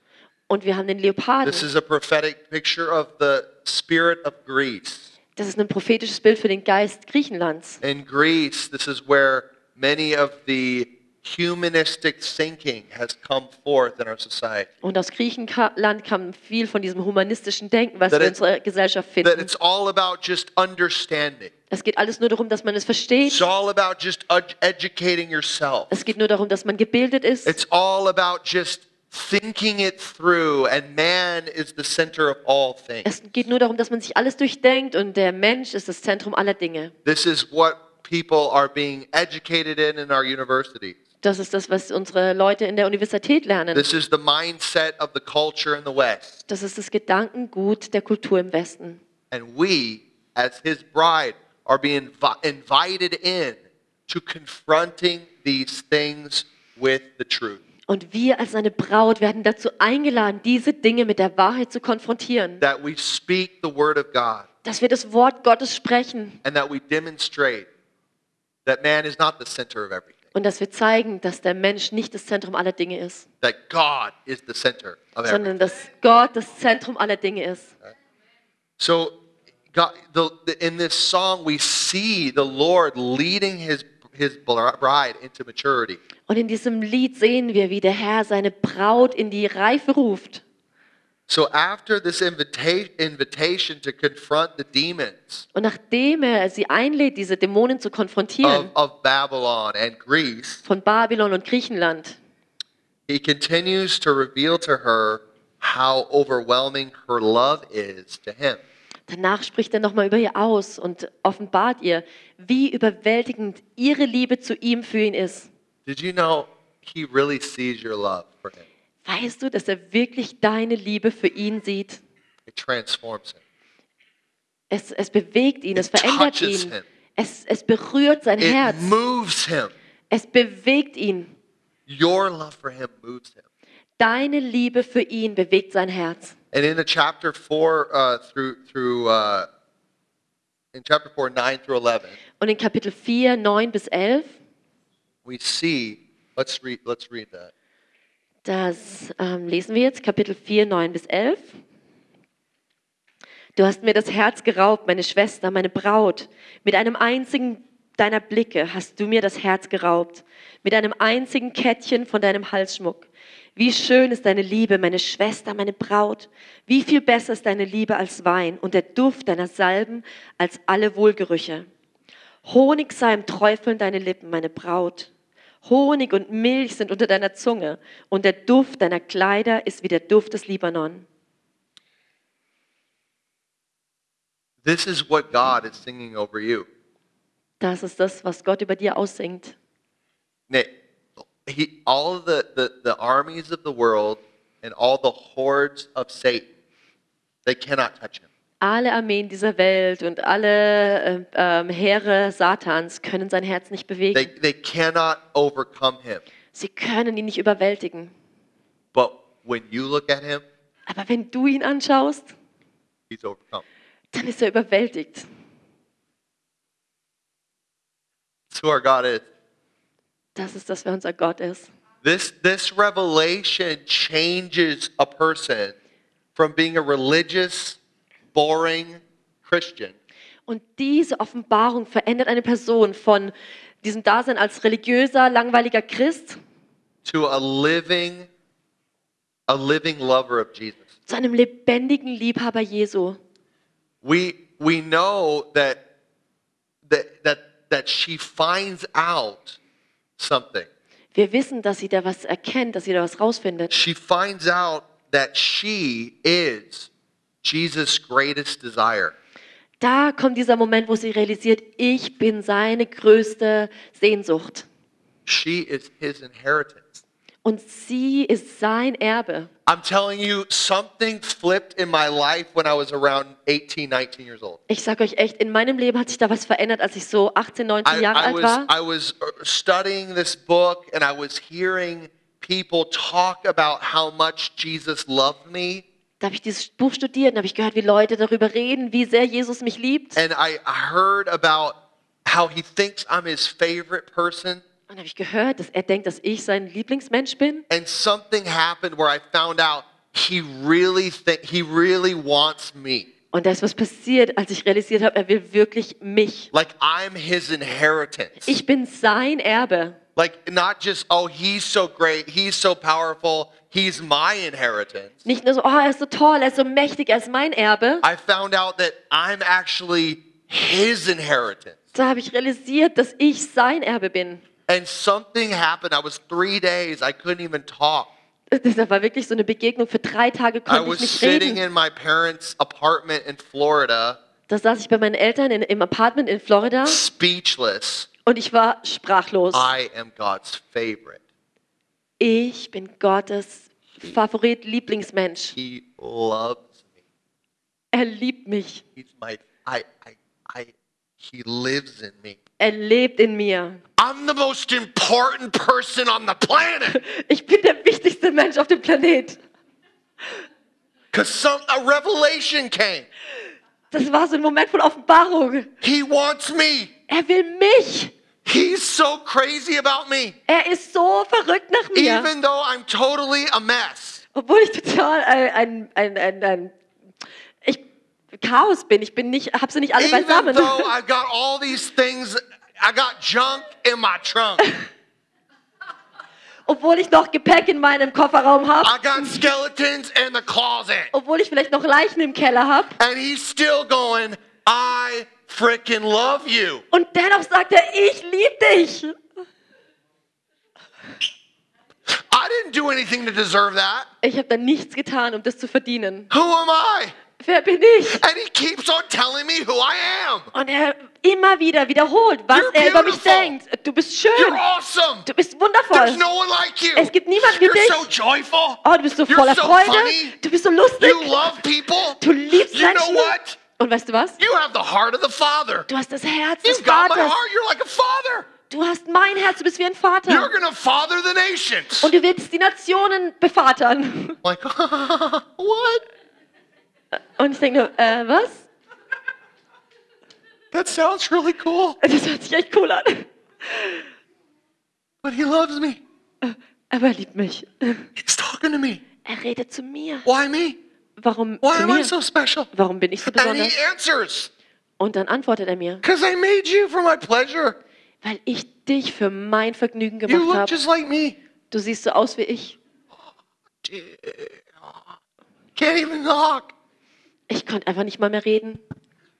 Speaker 2: Und wir haben den Leoparden.
Speaker 1: This is a prophetic picture of the spirit of Greece.
Speaker 2: Das ist ein prophetisches Bild für den Geist Griechenlands.
Speaker 1: In Greece, this is where many of the humanistic thinking has come forth in our society.
Speaker 2: Und aus Griechenland kam viel von diesem humanistischen Denken, was
Speaker 1: That
Speaker 2: wir in
Speaker 1: it-
Speaker 2: unserer Gesellschaft
Speaker 1: That
Speaker 2: finden.
Speaker 1: it's all about just understanding.
Speaker 2: Es geht alles nur darum, dass man es versteht.
Speaker 1: It's all about just ed- educating yourself.
Speaker 2: Es geht nur darum, dass man gebildet ist.
Speaker 1: It's all about just thinking it through, and man is the center of all things.
Speaker 2: Es geht nur darum, dass man sich alles durchdenkt und der Mensch ist das Zentrum aller Dinge.
Speaker 1: This is what people are being educated in in our universities.
Speaker 2: Das ist das, was unsere Leute in der Universität lernen.
Speaker 1: This is the mindset of the culture in the West.
Speaker 2: Das ist das Gedankengut der Kultur im Westen.
Speaker 1: And we, as his bride, are being invi- invited in to confronting these things with the truth.
Speaker 2: Und wir als seine Braut werden dazu eingeladen, diese Dinge mit der Wahrheit zu konfrontieren.
Speaker 1: That we speak the word of God
Speaker 2: Dass wir das Wort Gottes sprechen
Speaker 1: and that we demonstrate that man is not the center of everything,
Speaker 2: und dass wir zeigen, dass der Mensch nicht das Zentrum aller Dinge ist,
Speaker 1: that God is the center of everything.
Speaker 2: sondern dass Gott das Zentrum aller Dinge ist.
Speaker 1: So God, the, the- in this song, we see the Lord leading his, his bride into maturity.
Speaker 2: Und in diesem Lied sehen wir, wie der Herr seine Braut in die Reife ruft.
Speaker 1: So after this invita- invitation to confront the demons
Speaker 2: Und nachdem er sie einlädt, diese Dämonen zu
Speaker 1: of,
Speaker 2: konfrontieren
Speaker 1: of Babylon and Greece,
Speaker 2: von Babylon und Griechenland,
Speaker 1: he continues to reveal to her how overwhelming her love is to him.
Speaker 2: danach spricht er nochmal über ihr aus und offenbart ihr, wie überwältigend ihre Liebe zu ihm für ihn ist.
Speaker 1: Did you know he really sees your love for him?
Speaker 2: Weißt du, dass er wirklich deine Liebe für ihn sieht?
Speaker 1: It transforms him.
Speaker 2: Es, es bewegt ihn, es
Speaker 1: It
Speaker 2: verändert
Speaker 1: touches
Speaker 2: ihn.
Speaker 1: him.
Speaker 2: Es, es berührt sein
Speaker 1: It
Speaker 2: Herz.
Speaker 1: moves him.
Speaker 2: Es bewegt ihn.
Speaker 1: Your love for him moves him.
Speaker 2: Deine Liebe für ihn bewegt sein Herz.
Speaker 1: And in the chapter four uh, through through uh, in chapter four nine through eleven,
Speaker 2: Und in Kapitel 4, 9 bis 11,
Speaker 1: we see. Let's read. Let's read that.
Speaker 2: das ähm, lesen wir jetzt, Kapitel 4, 9 bis 11. Du hast mir das Herz geraubt, meine Schwester, meine Braut. Mit einem einzigen deiner Blicke hast du mir das Herz geraubt. Mit einem einzigen Kettchen von deinem Halsschmuck. Wie schön ist deine Liebe, meine Schwester, meine Braut. Wie viel besser ist deine Liebe als Wein und der Duft deiner Salben als alle Wohlgerüche. Honig sei im Träufeln deine Lippen, meine Braut. Honig und Milch sind unter deiner Zunge und der Duft deiner Kleider ist wie der Duft des Libanon.
Speaker 1: This is what God is singing over you.
Speaker 2: Das ist das, was Gott über dir aussingt.
Speaker 1: Now, He, all of the, the, the armies of the world and all the hordes of Satan, they cannot touch him.
Speaker 2: Alle Armeen dieser Welt und alle äh, ähm, Heere Satans können sein Herz nicht
Speaker 1: They,
Speaker 2: bewegen.
Speaker 1: they cannot overcome him.
Speaker 2: Sie können ihn nicht überwältigen.
Speaker 1: But when you look at him,
Speaker 2: Aber wenn du ihn anschaust,
Speaker 1: he's overcome.
Speaker 2: dann ist er überwältigt.
Speaker 1: That's who our God is.
Speaker 2: Das ist das, wer unser Gott ist.
Speaker 1: This, this revelation changes a person from being a religious, boring Christian
Speaker 2: Und diese Offenbarung verändert eine Person von diesem Dasein als religiöser, langweiliger Christ
Speaker 1: to a living, a living lover of Jesus.
Speaker 2: zu einem lebendigen Liebhaber Jesu.
Speaker 1: we we know that that that that she finds out something
Speaker 2: Wir wissen, dass sie da was erkennt, dass sie da was rausfindet.
Speaker 1: she finds out that she is jesus greatest desire
Speaker 2: Da kommt dieser Moment, wo sie realisiert, ich bin seine größte Sehnsucht.
Speaker 1: she is his inheritance
Speaker 2: Und sie ist sein Erbe.
Speaker 1: i'm telling you something flipped in my life when i was around 18 19 years old
Speaker 2: Ich sage euch echt, in meinem Leben hat sich da was verändert, als ich so 18, 19
Speaker 1: I,
Speaker 2: Jahre
Speaker 1: I was
Speaker 2: alt war.
Speaker 1: i was uh, studying this book and i was hearing people talk about how much jesus loved me
Speaker 2: Da habe ich dieses Buch studiert und habe ich gehört, wie Leute darüber reden, wie sehr Jesus mich liebt.
Speaker 1: and I heard about how he thinks I'm his favorite person.
Speaker 2: Und habe ich gehört, dass er denkt, dass ich sein Lieblingsmensch bin.
Speaker 1: And something happened where I found out he really think he really wants me.
Speaker 2: Und da ist was passiert, als ich realisiert habe, er will wirklich mich.
Speaker 1: Like I'm his inheritance.
Speaker 2: Ich bin sein Erbe.
Speaker 1: Like not just oh he's so great, he's so powerful, he's my inheritance.
Speaker 2: Nicht nur so, oh, er ist so toll, er ist so mächtig, er ist mein Erbe.
Speaker 1: I found out that I'm actually his inheritance.
Speaker 2: Da habe ich realisiert, dass ich sein Erbe bin. *laughs*
Speaker 1: And something happened. I was 3 days I couldn't even talk.
Speaker 2: Das war wirklich so eine Begegnung. Für drei Tage
Speaker 1: I
Speaker 2: konnte ich
Speaker 1: was
Speaker 2: nicht
Speaker 1: sitting
Speaker 2: reden.
Speaker 1: in my parents' apartment in Florida.
Speaker 2: Da saß ich bei meinen Eltern in, im Apartment in Florida
Speaker 1: speechless.
Speaker 2: und ich war sprachlos.
Speaker 1: I am God's favorite.
Speaker 2: Ich bin Gottes Favorit, Lieblingsmensch.
Speaker 1: He loves me.
Speaker 2: Er liebt mich.
Speaker 1: He's my I I I he lives in me.
Speaker 2: Er lebt in mir.
Speaker 1: I'm the most important person on the planet
Speaker 2: Ich bin der wichtigste Mensch auf dem Planet.
Speaker 1: cuz some a revelation came.
Speaker 2: Das war so ein Moment von Offenbarung.
Speaker 1: He wants me.
Speaker 2: Er will mich.
Speaker 1: He's so crazy about me
Speaker 2: Er ist so verrückt nach mir.
Speaker 1: even though I'm totally a mess.
Speaker 2: Obwohl ich total ein, ein, ein, ein, ein ich, Chaos bin. Ich bin nicht, habe sie nicht alle
Speaker 1: Even
Speaker 2: beisammen. *laughs*
Speaker 1: though I got all these things, I got junk in my trunk.
Speaker 2: Obwohl ich noch Gepäck in meinem Kofferraum habe.
Speaker 1: I got skeletons in the closet.
Speaker 2: Obwohl ich vielleicht noch Leichen im Keller habe.
Speaker 1: And he's still going, I freaking love you.
Speaker 2: Und dennoch sagt er, ich liebe dich.
Speaker 1: I didn't do anything to deserve that.
Speaker 2: Ich habe da nichts getan, um das zu verdienen.
Speaker 1: Who am I?
Speaker 2: Wer bin ich?
Speaker 1: And he keeps on telling me who I am.
Speaker 2: Und er immer wieder wiederholt, was
Speaker 1: You're
Speaker 2: er über mich
Speaker 1: beautiful.
Speaker 2: denkt. Du bist schön.
Speaker 1: You're awesome.
Speaker 2: Du bist
Speaker 1: There's
Speaker 2: wundervoll.
Speaker 1: no one like you.
Speaker 2: Es gibt niemanden wie
Speaker 1: You're
Speaker 2: dich.
Speaker 1: so joyful.
Speaker 2: Oh, du bist so
Speaker 1: You're
Speaker 2: voller
Speaker 1: so
Speaker 2: Freude.
Speaker 1: funny.
Speaker 2: Du bist so lustig.
Speaker 1: You love people.
Speaker 2: Du liebst
Speaker 1: You know
Speaker 2: Menschen.
Speaker 1: what?
Speaker 2: Und weißt du was?
Speaker 1: You have the heart of the Father.
Speaker 2: Du hast das Herz des
Speaker 1: You've got my
Speaker 2: Vaters.
Speaker 1: heart. You're like a father.
Speaker 2: Du hast mein Herz. Du bist wie ein
Speaker 1: You're
Speaker 2: Vater.
Speaker 1: going to father the nations.
Speaker 2: Und du willst die Nationen bevatern. *laughs*
Speaker 1: Like, *laughs* what?
Speaker 2: Und ich denke nur, äh, was?
Speaker 1: That sounds really cool.
Speaker 2: Das hört sich echt cool an.
Speaker 1: But he loves me.
Speaker 2: Aber er liebt mich.
Speaker 1: He's talking to me.
Speaker 2: Er redet zu mir.
Speaker 1: Why me?
Speaker 2: Warum
Speaker 1: Why
Speaker 2: zu
Speaker 1: am I
Speaker 2: mir?
Speaker 1: so special?
Speaker 2: Warum bin ich so
Speaker 1: And he
Speaker 2: besonders?
Speaker 1: answers,
Speaker 2: Und dann antwortet er mir,
Speaker 1: Because I made you for my pleasure.
Speaker 2: weil ich dich für mein Vergnügen
Speaker 1: You
Speaker 2: gemacht
Speaker 1: look
Speaker 2: habe.
Speaker 1: just like me.
Speaker 2: Du siehst so aus wie ich.
Speaker 1: Can't even talk.
Speaker 2: Ich konnte einfach nicht mal mehr reden.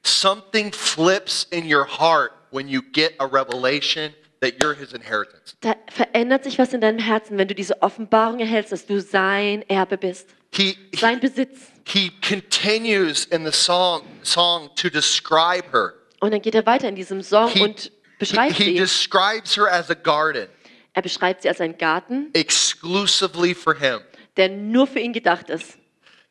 Speaker 1: Something flips in your heart when you get a revelation that you're his inheritance.
Speaker 2: Da verändert sich was in deinem Herzen, wenn du diese Offenbarung erhältst, dass du sein Erbe bist,
Speaker 1: He, he,
Speaker 2: sein Besitz.
Speaker 1: he continues in the song, song to describe her.
Speaker 2: Und dann geht er weiter in diesem Song
Speaker 1: He,
Speaker 2: und
Speaker 1: he,
Speaker 2: beschreibt
Speaker 1: he
Speaker 2: sie.
Speaker 1: describes her as a garden
Speaker 2: Er beschreibt sie als einen Garten,
Speaker 1: exclusively for him.
Speaker 2: der nur für ihn gedacht ist.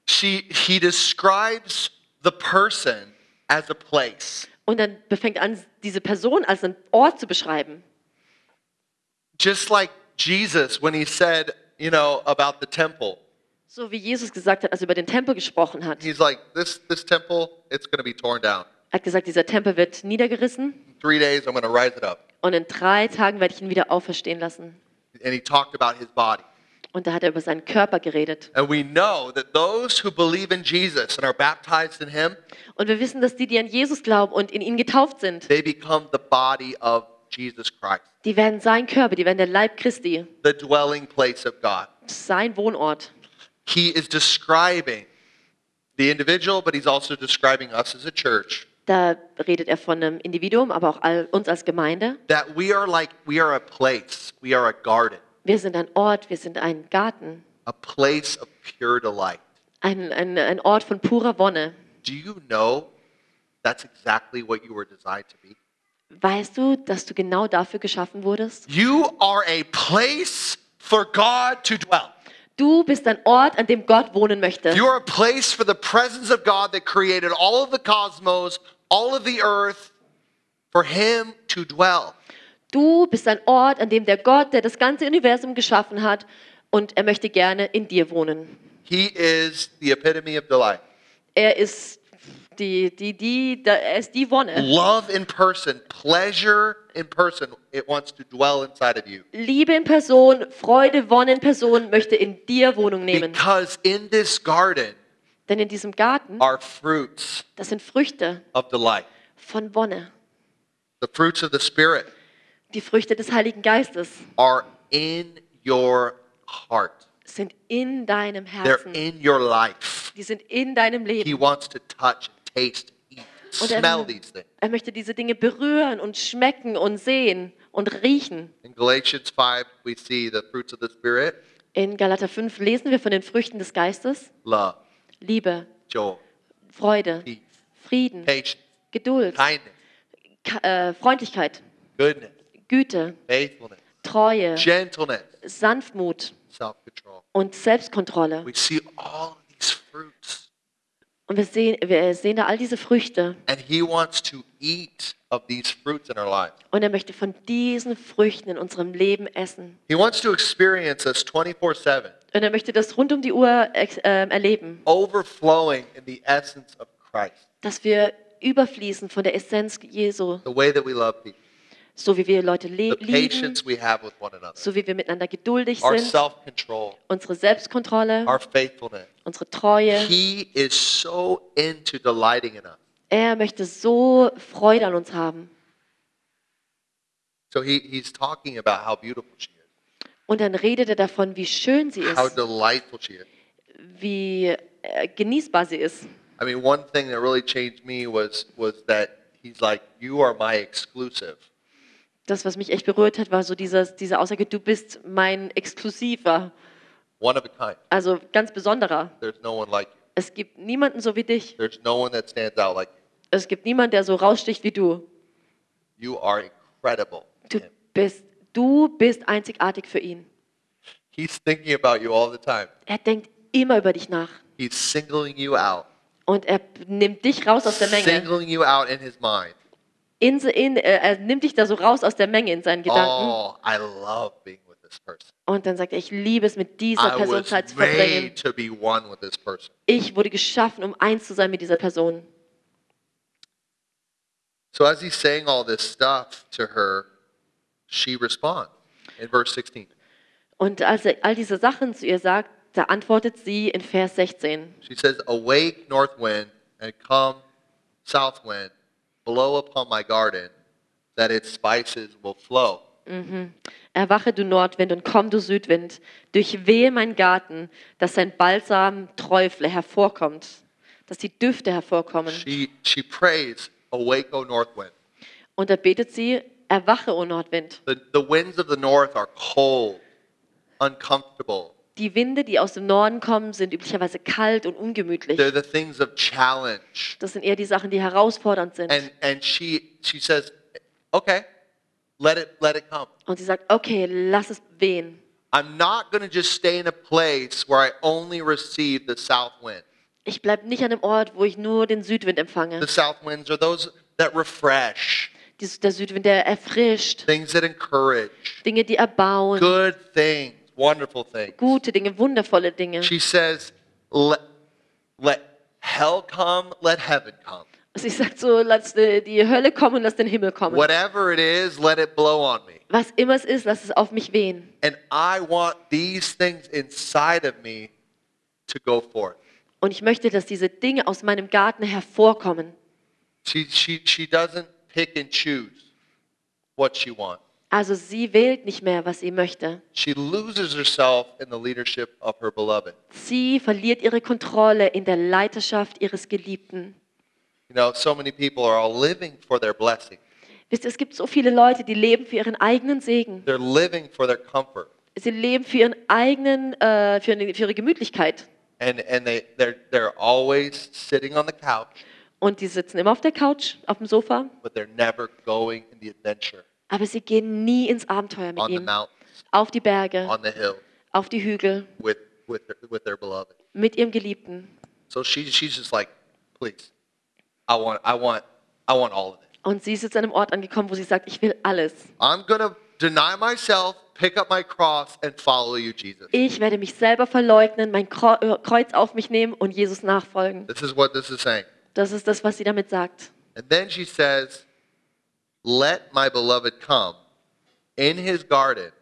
Speaker 1: She, he describes the person as a place.
Speaker 2: Und dann fängt er an, diese Person als einen Ort zu beschreiben.
Speaker 1: Just like Jesus when he said, you know, about the temple.
Speaker 2: So wie Jesus gesagt hat, als er über den Tempel gesprochen hat. Er
Speaker 1: He's like, this, this temple, it's going to be torn down.
Speaker 2: hat gesagt, dieser Tempel wird niedergerissen
Speaker 1: In three days, I'm going to rise it up.
Speaker 2: und in drei Tagen werde ich ihn wieder auferstehen lassen.
Speaker 1: And he talked about his body.
Speaker 2: Und da hat er über seinen Körper geredet.
Speaker 1: And we know that those who believe in Jesus and are baptized in him,
Speaker 2: Und wir wissen, dass die, die an Jesus glauben und in ihn getauft sind,
Speaker 1: they become the body of Jesus Christ,
Speaker 2: die werden sein Körper, die werden der Leib Christi,
Speaker 1: the dwelling place of God.
Speaker 2: sein Wohnort.
Speaker 1: He is describing the individual, but he's also describing us as a church.
Speaker 2: Da redet er von einem Individuum, aber auch all, uns als Gemeinde.
Speaker 1: That we are like, we are a place, we are a garden,
Speaker 2: Wir sind ein Ort, wir sind ein Garten,
Speaker 1: a place of pure delight.
Speaker 2: ein, ein, ein Ort von purer Wonne.
Speaker 1: Do you know that's exactly what you were designed to be?
Speaker 2: Weißt du, dass du genau dafür geschaffen wurdest?
Speaker 1: You are a place for God to dwell.
Speaker 2: Du bist ein Ort, an dem Gott wohnen möchte.
Speaker 1: You are a place for the presence of God that created all of the cosmos, all of the earth, for Him to dwell.
Speaker 2: Du bist ein Ort, an dem der Gott, der das ganze Universum geschaffen hat, und er möchte gerne in dir wohnen.
Speaker 1: He is the epitome of delight.
Speaker 2: Er ist die, die, die, da, er ist die Wonne.
Speaker 1: Love in person, pleasure in person, it wants to dwell inside of you.
Speaker 2: Liebe in Person, Freude, Wonne in Person möchte in dir Wohnung nehmen.
Speaker 1: Because in this garden
Speaker 2: Denn in diesem Garten,
Speaker 1: are fruits
Speaker 2: das sind Früchte
Speaker 1: of delight,
Speaker 2: von Wonne.
Speaker 1: the fruits of the Spirit.
Speaker 2: Die Früchte des Heiligen Geistes
Speaker 1: are in your heart.
Speaker 2: sind in deinem
Speaker 1: They're
Speaker 2: Herzen.
Speaker 1: in your life.
Speaker 2: Die sind in deinem
Speaker 1: He
Speaker 2: Leben.
Speaker 1: wants to touch, taste, eat,
Speaker 2: Und er,
Speaker 1: smell these things.
Speaker 2: er möchte diese Dinge berühren und schmecken und sehen und riechen.
Speaker 1: In Galatians 5, we see the fruits of the Spirit
Speaker 2: In Galater 5 lesen wir von den Früchten des Geistes.
Speaker 1: love,
Speaker 2: Liebe,
Speaker 1: joy,
Speaker 2: Freude,
Speaker 1: peace,
Speaker 2: Frieden,
Speaker 1: patience,
Speaker 2: Geduld,
Speaker 1: kindness,
Speaker 2: Ka äh, Freundlichkeit,
Speaker 1: goodness,
Speaker 2: Güte,
Speaker 1: faithfulness,
Speaker 2: Treue,
Speaker 1: gentleness,
Speaker 2: Sanftmut
Speaker 1: self control.
Speaker 2: und Selbstkontrolle.
Speaker 1: We see all of these fruits,
Speaker 2: Und wir sehen, wir sehen da all diese Früchte.
Speaker 1: and He wants to eat of these fruits in our lives.
Speaker 2: Und er möchte von diesen Früchten in unserem Leben essen.
Speaker 1: He wants to experience us 24 7,
Speaker 2: Und er möchte das rund um die Uhr ex- ähm, erleben,
Speaker 1: overflowing in the essence of Christ,
Speaker 2: dass wir überfließen von der Essenz Jesu,
Speaker 1: the way that we love people.
Speaker 2: so wie wir Leute le-
Speaker 1: the
Speaker 2: lieben,
Speaker 1: patience we have with one another,
Speaker 2: so wie wir miteinander geduldig
Speaker 1: our
Speaker 2: sind,
Speaker 1: self control,
Speaker 2: unsere Selbstkontrolle,
Speaker 1: our faithfulness.
Speaker 2: unsere Treue.
Speaker 1: He is so into delighting in us.
Speaker 2: Er möchte so Freude an uns haben.
Speaker 1: So he, he's talking about how beautiful she is,
Speaker 2: Und dann redet er davon, wie schön sie
Speaker 1: how
Speaker 2: ist,
Speaker 1: delightful she is.
Speaker 2: wie äh, genießbar sie ist.
Speaker 1: I mean, one thing that really changed me was was that he's like, "You are my exclusive."
Speaker 2: Das, was mich echt berührt hat, war so dieses, diese Aussage, du bist mein Exklusiver,
Speaker 1: one of a kind.
Speaker 2: also ganz besonderer.
Speaker 1: There's no one like you.
Speaker 2: Es gibt niemanden so wie dich.
Speaker 1: There's no one that stands out like you.
Speaker 2: Es gibt niemanden, der so raussticht wie du.
Speaker 1: You are incredible. to
Speaker 2: Du
Speaker 1: him.
Speaker 2: bist, du bist einzigartig für ihn.
Speaker 1: He's thinking about you all the time.
Speaker 2: Er denkt immer über dich nach.
Speaker 1: He's singling you out,
Speaker 2: Und er nimmt dich raus aus der Menge.
Speaker 1: singling you out in his mind.
Speaker 2: In, in, äh, er nimmt dich da so raus aus der Menge in seinen Gedanken.
Speaker 1: Oh, I love being with this person.
Speaker 2: Und dann sagt er, ich liebe es, mit dieser
Speaker 1: I
Speaker 2: Person
Speaker 1: was
Speaker 2: Zeit zu verbringen.
Speaker 1: made to be one with this person.
Speaker 2: Ich wurde geschaffen, um eins zu sein mit dieser Person.
Speaker 1: So as he's saying all this stuff to her, she responds in verse 16.
Speaker 2: Und als er all diese Sachen zu ihr sagt, da antwortet sie in Vers 16.
Speaker 1: She says, Awake, north wind, and come, south wind, blow upon my garden, that its spices will flow.
Speaker 2: Erwache du Nordwind und komm du Südwind, durchwehe mein Garten, dass sein Balsam Träufle hervorkommt, dass die Düfte hervorkommen.
Speaker 1: She, she prays, Awake, O north wind.
Speaker 2: Und da betet sie, erwache, o Nordwind.
Speaker 1: The, the winds of the north are cold, uncomfortable.
Speaker 2: Die Winde, die aus dem Norden kommen, sind üblicherweise kalt und ungemütlich.
Speaker 1: They're the things of challenge.
Speaker 2: Das sind eher die Sachen, die herausfordernd sind.
Speaker 1: And, and she, she says, Okay, let it, let it come.
Speaker 2: Und sie sagt, okay, lass es wehen.
Speaker 1: I'm not going to just stay in a place where I only receive the south wind.
Speaker 2: Ich bleibe nicht an einem Ort, wo ich nur den Südwind empfange.
Speaker 1: The south winds are those that refresh.
Speaker 2: Dies- Der Südwind, der erfrischt.
Speaker 1: things that encourage,
Speaker 2: Dinge, die erbauen.
Speaker 1: good things, wonderful things.
Speaker 2: Gute Dinge, wundervolle Dinge.
Speaker 1: She says, let, let hell come, let heaven come.
Speaker 2: Sie sagt so, lass äh, die Hölle kommen und lass den Himmel kommen.
Speaker 1: Whatever it is, let it blow on me.
Speaker 2: Was immer es ist, lass es auf mich wehen.
Speaker 1: And I want these things inside of me to go forth.
Speaker 2: Und ich möchte, dass diese Dinge aus meinem Garten hervorkommen.
Speaker 1: She, she, she doesn't pick and choose what she wants.
Speaker 2: Also sie wählt nicht mehr, was sie möchte.
Speaker 1: She loses herself in the leadership of her beloved.
Speaker 2: Sie verliert ihre Kontrolle in der Leiterschaft ihres Geliebten.
Speaker 1: You know, so many people are all living for their blessing.
Speaker 2: Wisst ihr, es gibt so viele Leute, die leben für ihren eigenen Segen.
Speaker 1: They're living for their comfort.
Speaker 2: Sie leben für ihren eigenen, äh, für, eine- für ihre Gemütlichkeit.
Speaker 1: and and they they're they're always sitting on the couch,
Speaker 2: Und die sitzen immer auf der Couch, auf dem Sofa,
Speaker 1: but they're never going in the adventure
Speaker 2: aber sie gehen nie ins Abenteuer mit
Speaker 1: on the
Speaker 2: ihm.
Speaker 1: mountains,
Speaker 2: Auf die Berge,
Speaker 1: on the hill
Speaker 2: auf die Hügel,
Speaker 1: with with their, with their beloved.
Speaker 2: mit ihrem Geliebten.
Speaker 1: So she she's just like, please, I want I want I want all of it.
Speaker 2: Und sie ist jetzt an einem Ort angekommen, wo sie sagt, ich will alles.
Speaker 1: I'm gonna deny myself, pick up my cross, and follow you, Jesus.
Speaker 2: Ich werde mich selber verleugnen, mein Kro- äh, Kreuz auf mich nehmen und Jesus nachfolgen.
Speaker 1: This is what this is saying.
Speaker 2: Das ist das, was sie damit sagt.
Speaker 1: And then she says, Let my beloved come in his garden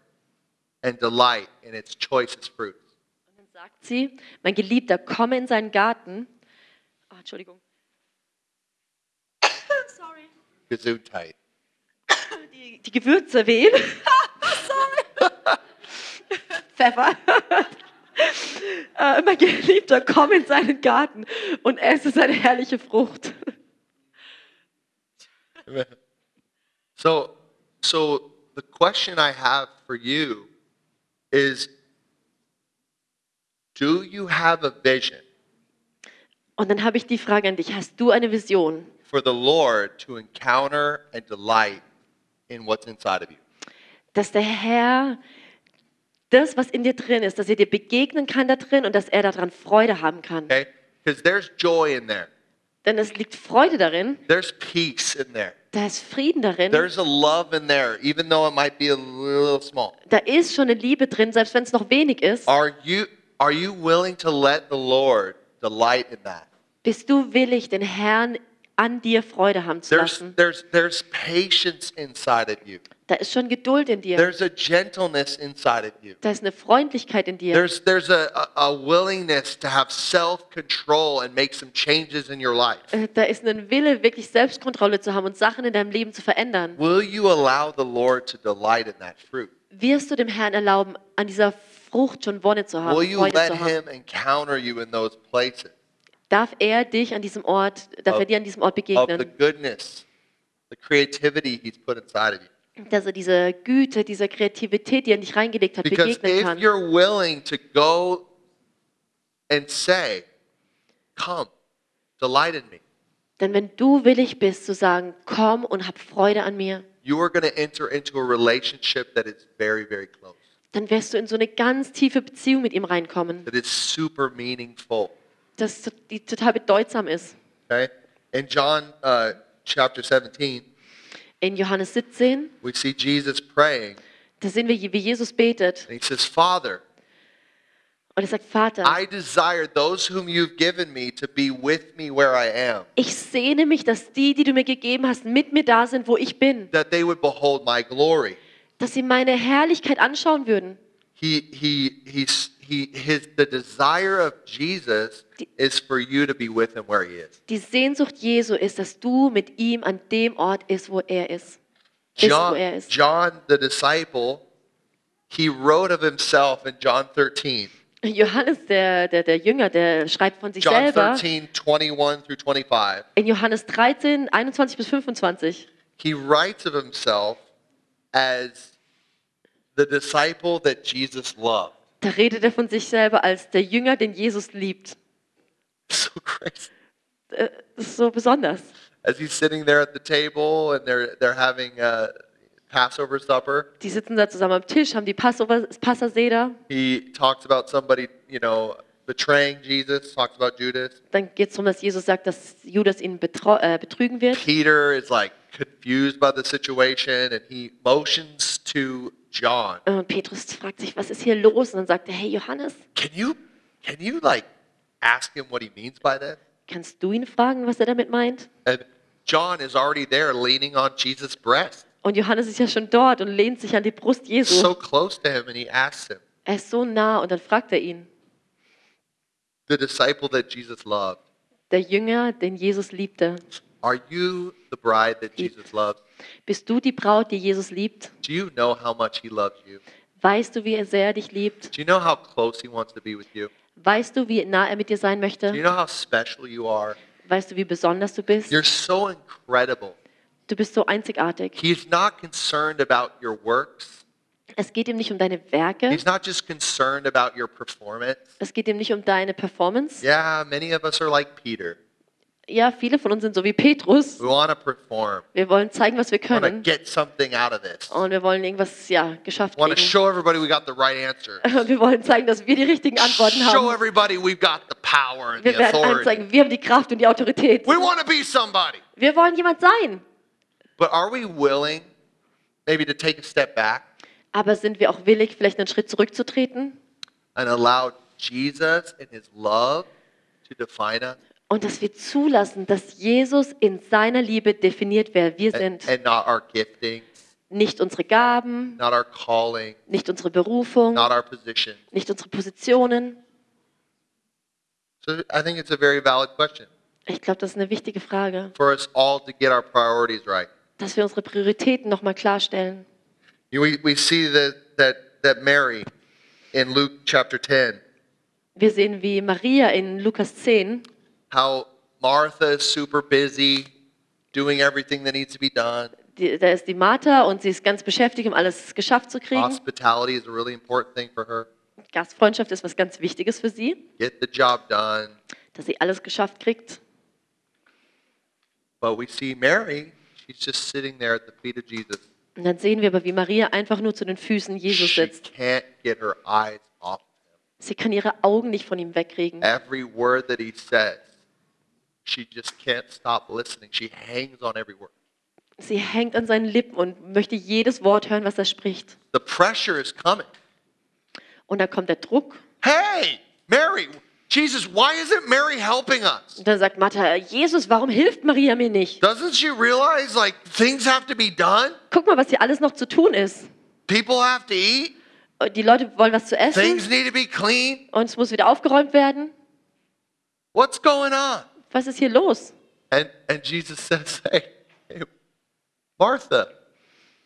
Speaker 1: and delight in its choicest fruits.
Speaker 2: Dann sagt sie, mein Geliebter, komme in seinen Garten. Ah, Entschuldigung. Sorry.
Speaker 1: Gesundheit.
Speaker 2: Die, die Gewürze wehen. Sorry. *laughs* Pfeffer. *laughs* äh, mein Geliebter, komm in seinen Garten und esse seine herrliche Frucht.
Speaker 1: So, so the question I have for you is do you have a vision
Speaker 2: Und dann habe ich die Frage an dich, hast du eine Vision?
Speaker 1: for the Lord to encounter and delight in what's inside of you?
Speaker 2: dass der Herr das, was in dir drin ist, dass er dir begegnen kann da drin und dass er daran Freude haben kann.
Speaker 1: Okay? Because there's joy in there.
Speaker 2: Denn es liegt Freude darin,
Speaker 1: There's peace in there.
Speaker 2: da ist Frieden darin,
Speaker 1: There's a love in there, even though it might be a little small.
Speaker 2: da ist schon eine Liebe drin, selbst wenn es noch wenig ist.
Speaker 1: Are you are you willing to let the Lord delight in that?
Speaker 2: Bist du willig, den Herrn an dir Freude haben zu
Speaker 1: There's,
Speaker 2: lassen.
Speaker 1: there's, there's patience inside of you.
Speaker 2: Da ist schon Geduld in dir.
Speaker 1: There's a gentleness inside of you.
Speaker 2: Da ist eine Freundlichkeit in dir.
Speaker 1: There's, there's a, a, a willingness to have self-control and make some changes in your life.
Speaker 2: Äh, Da ist ein Wille, wirklich Selbstkontrolle zu haben und Sachen in deinem Leben zu verändern.
Speaker 1: Will you allow the Lord to delight in that fruit?
Speaker 2: Wirst du dem Herrn erlauben, an dieser Frucht schon Wonne zu haben,
Speaker 1: Will you
Speaker 2: Freude
Speaker 1: let
Speaker 2: zu haben?
Speaker 1: Him encounter you in those places
Speaker 2: Darf er dich an diesem Ort, darf
Speaker 1: Of-
Speaker 2: er dir an diesem Ort
Speaker 1: of the
Speaker 2: begegnen?
Speaker 1: goodness, the creativity He's put inside of you?
Speaker 2: Dass er diese Güte, diese Kreativität, die er in dich reingelegt hat,
Speaker 1: Because
Speaker 2: begegnen
Speaker 1: if
Speaker 2: kann.
Speaker 1: you're willing to go and say, Come, delight in me,
Speaker 2: Denn wenn du willig bist zu sagen, komm und hab Freude an mir,
Speaker 1: you are going to enter into a relationship that is very, very close,
Speaker 2: dann wirst du in so eine ganz tiefe Beziehung mit ihm reinkommen,
Speaker 1: that is super meaningful.
Speaker 2: das, to- die total bedeutsam ist.
Speaker 1: Okay? In John uh, chapter 17,
Speaker 2: In Johannes 17,
Speaker 1: we see Jesus praying,
Speaker 2: da sehen wir, wie Jesus betet
Speaker 1: and he says, Father,
Speaker 2: und er sagt, Vater,
Speaker 1: I desire those whom you've given me to be with me where I am,
Speaker 2: ich sehne mich, dass die, die du mir gegeben hast, mit mir da sind, wo ich bin,
Speaker 1: that they would behold my glory.
Speaker 2: dass sie meine Herrlichkeit anschauen würden.
Speaker 1: He, he, he's, he, his, the desire of Jesus is for you to be with him where he is.
Speaker 2: Die Sehnsucht Jesu ist, dass du mit ihm an dem Ort ist, wo er ist. Ist, wo er
Speaker 1: John,
Speaker 2: ist.
Speaker 1: John, the disciple, he wrote of himself in John 13,
Speaker 2: Johannes, der, der, der Jünger, der schreibt von sich
Speaker 1: John
Speaker 2: selber
Speaker 1: 13, 21 through 25.
Speaker 2: in Johannes 13, 21 bis 25.
Speaker 1: He writes of himself as the disciple that Jesus loved. *laughs*
Speaker 2: Da redet er von sich selber als der Jünger, den Jesus liebt.
Speaker 1: So crazy.
Speaker 2: Äh, Das ist so besonders.
Speaker 1: as he's sitting there at the table and they're they're having a Passover supper,
Speaker 2: Die sitzen da zusammen am Tisch, haben die Passover- Passaseder.
Speaker 1: he talks about somebody, you know, betraying Jesus, talks about Judas.
Speaker 2: Dann geht es darum, dass Jesus sagt, dass Judas ihn betro- äh, betrügen wird.
Speaker 1: Peter is like confused by the situation and he motions to John.
Speaker 2: Äh, Und Petrus fragt sich, was ist hier los? Und dann sagt er, hey Johannes,
Speaker 1: Can you can you like ask him what he means by that?
Speaker 2: kannst du ihn fragen, was er damit meint?
Speaker 1: And John is already there leaning on Jesus' breast,
Speaker 2: Und Johannes ist ja schon dort und lehnt sich an die Brust Jesu.
Speaker 1: so close to him and he asks him,
Speaker 2: er ist so nah und dann fragt er ihn,
Speaker 1: the disciple that Jesus loved,
Speaker 2: der Jünger, den Jesus liebte,
Speaker 1: are you the bride that Jesus loves?
Speaker 2: bist du die Braut, die Jesus liebt?
Speaker 1: Do you know how much he loves you?
Speaker 2: Weißt du, wie er sehr dich liebt?
Speaker 1: Do you know how close he wants to be with you?
Speaker 2: Weißt du, wie nah er mit dir sein
Speaker 1: Do you
Speaker 2: möchte?
Speaker 1: know how special you are?
Speaker 2: Weißt du, wie besonders du bist?
Speaker 1: You're so incredible.
Speaker 2: Du bist so einzigartig.
Speaker 1: He's not concerned about your works.
Speaker 2: Es geht ihm nicht um deine Werke.
Speaker 1: He's not just concerned about your performance.
Speaker 2: Es geht ihm nicht um deine Performance.
Speaker 1: Yeah, many of us are like Peter.
Speaker 2: Ja, viele von uns sind so wie Petrus.
Speaker 1: We want to perform.
Speaker 2: Wir wollen zeigen, was wir
Speaker 1: We want to
Speaker 2: können.
Speaker 1: get something out of this.
Speaker 2: Und wir wollen irgendwas, ja, geschafft
Speaker 1: want to
Speaker 2: kriegen.
Speaker 1: show everybody we got the right answer.
Speaker 2: Und *laughs* wir wollen zeigen, dass wir die richtigen Antworten
Speaker 1: Show
Speaker 2: haben.
Speaker 1: everybody we've got the power and
Speaker 2: Wir
Speaker 1: the
Speaker 2: werden allen
Speaker 1: authority.
Speaker 2: zeigen, wir haben die Kraft und die Autorität.
Speaker 1: We want to be somebody.
Speaker 2: Wir wollen jemand sein.
Speaker 1: But are we willing maybe to take a step back
Speaker 2: Aber sind wir auch willig, vielleicht einen Schritt zurückzutreten?
Speaker 1: and allow Jesus and his love to define us
Speaker 2: Und dass wir zulassen, dass Jesus in seiner Liebe definiert, wer wir
Speaker 1: and,
Speaker 2: sind.
Speaker 1: and not our gifting,
Speaker 2: Nicht unsere Gaben,
Speaker 1: not our calling,
Speaker 2: nicht unsere Berufung,
Speaker 1: not our position.
Speaker 2: nicht unsere Positionen.
Speaker 1: So I think it's a very valid question
Speaker 2: Ich glaube, das ist eine wichtige Frage,
Speaker 1: for us all to get our priorities right.
Speaker 2: dass wir unsere Prioritäten nochmal klarstellen.
Speaker 1: You- We, we see that, that, that Mary in Luke chapter 10,
Speaker 2: Wir sehen, wie Maria in Lukas 10,
Speaker 1: how Martha is super busy doing everything that needs to be done.
Speaker 2: die, da ist die Martha und sie ist ganz beschäftigt, um alles geschafft zu kriegen.
Speaker 1: Hospitality is a really important thing for her.
Speaker 2: Gastfreundschaft ist was ganz Wichtiges für sie,
Speaker 1: Get the job done.
Speaker 2: dass sie alles geschafft kriegt.
Speaker 1: But we see Mary, she's just sitting there at the feet of Jesus.
Speaker 2: Und dann sehen wir aber, wie Maria einfach nur zu den Füßen Jesus
Speaker 1: she
Speaker 2: sitzt.
Speaker 1: can't get her eyes off him.
Speaker 2: Sie kann ihre Augen nicht von ihm wegkriegen.
Speaker 1: Every word that he says, she just can't stop listening. She hangs on every word.
Speaker 2: Sie hängt an seinen Lippen und möchte jedes Wort hören, was er spricht.
Speaker 1: The pressure is coming.
Speaker 2: Und da kommt der Druck.
Speaker 1: Hey, Mary, Jesus, why isn't Mary helping us?
Speaker 2: Und dann sagt Martha, Jesus, warum hilft Maria mir nicht?
Speaker 1: Doesn't she realize like things have to be done?
Speaker 2: Guck mal, was hier alles noch zu tun ist.
Speaker 1: People have to eat.
Speaker 2: Und Die Leute wollen was zu essen
Speaker 1: Things need to be clean.
Speaker 2: und es muss wieder aufgeräumt werden.
Speaker 1: What's going on?
Speaker 2: Was ist hier los?
Speaker 1: And and Jesus *laughs* says, "Hey, hey, Martha,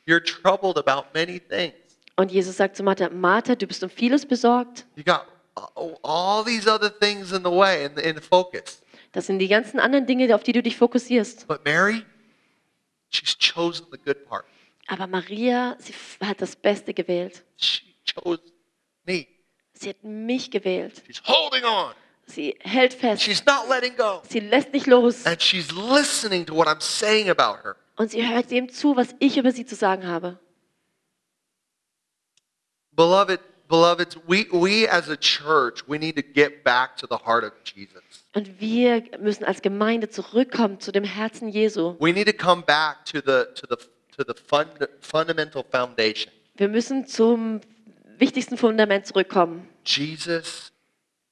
Speaker 1: you're troubled about many things.
Speaker 2: Und Jesus sagt zu Martha, Martha, du bist um vieles besorgt.
Speaker 1: You got all- all these other things in the way and in the focus.
Speaker 2: Das sind die ganzen anderen Dinge, auf die du dich fokussierst.
Speaker 1: But Mary, she's chosen the good part.
Speaker 2: Aber Maria, sie f- hat das Beste gewählt.
Speaker 1: She chose me.
Speaker 2: Sie hat mich gewählt.
Speaker 1: She's holding on.
Speaker 2: Sie hält fest.
Speaker 1: She's not letting go.
Speaker 2: Sie lässt nicht los.
Speaker 1: And she's listening to what I'm saying about her.
Speaker 2: Und sie hört dem zu, was ich über sie zu sagen habe.
Speaker 1: Beloved, beloveds, we, we as a church, we need to get back to the heart of Jesus.
Speaker 2: Und wir müssen als Gemeinde zurückkommen zu dem Herzen Jesu.
Speaker 1: We need to come back to the to the to the fund, fundamental foundation.
Speaker 2: Wir müssen zum wichtigsten Fundament zurückkommen.
Speaker 1: Jesus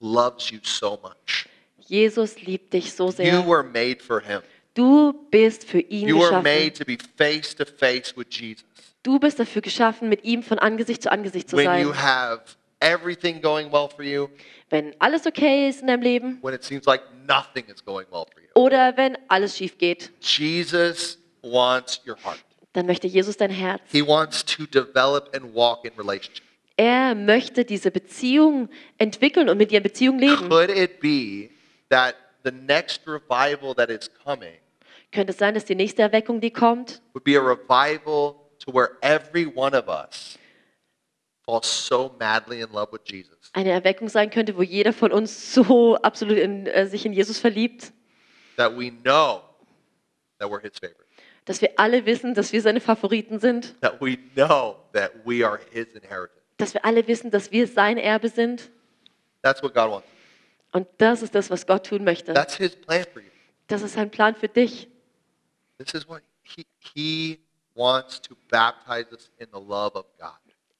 Speaker 1: loves you so much.
Speaker 2: Jesus liebt dich so
Speaker 1: You
Speaker 2: sehr.
Speaker 1: were made for him.
Speaker 2: Du bist für ihn
Speaker 1: You were made
Speaker 2: geschaffen.
Speaker 1: to be face to face with Jesus.
Speaker 2: Du bist dafür geschaffen, mit ihm von Angesicht zu Angesicht zu
Speaker 1: when you
Speaker 2: sein.
Speaker 1: have everything going well for you,
Speaker 2: Wenn alles okay ist in deinem Leben
Speaker 1: when it seems like nothing is going well for you.
Speaker 2: oder wenn alles schief geht,
Speaker 1: Jesus wants your heart.
Speaker 2: dann möchte Jesus dein Herz.
Speaker 1: He wants to develop and walk in relationship.
Speaker 2: Er möchte diese Beziehung entwickeln und mit dir in Beziehung leben.
Speaker 1: Could it be that the next revival that is coming
Speaker 2: Könnte es sein, dass die nächste Erweckung, die kommt,
Speaker 1: would be a revival to where every one of us falls so madly in love with Jesus?
Speaker 2: eine Erweckung sein könnte, wo jeder von uns so absolut in, äh, sich in Jesus verliebt,
Speaker 1: That we know that we're his favorite.
Speaker 2: dass wir alle wissen, dass wir seine Favoriten sind,
Speaker 1: That we know that we are his inheritance.
Speaker 2: dass wir alle wissen, dass wir sein Erbe sind.
Speaker 1: That's what God wants.
Speaker 2: Und das ist das, was Gott tun möchte.
Speaker 1: That's his plan for you.
Speaker 2: Das ist sein Plan für dich.
Speaker 1: This is what he, he wants to baptize us in the love of God.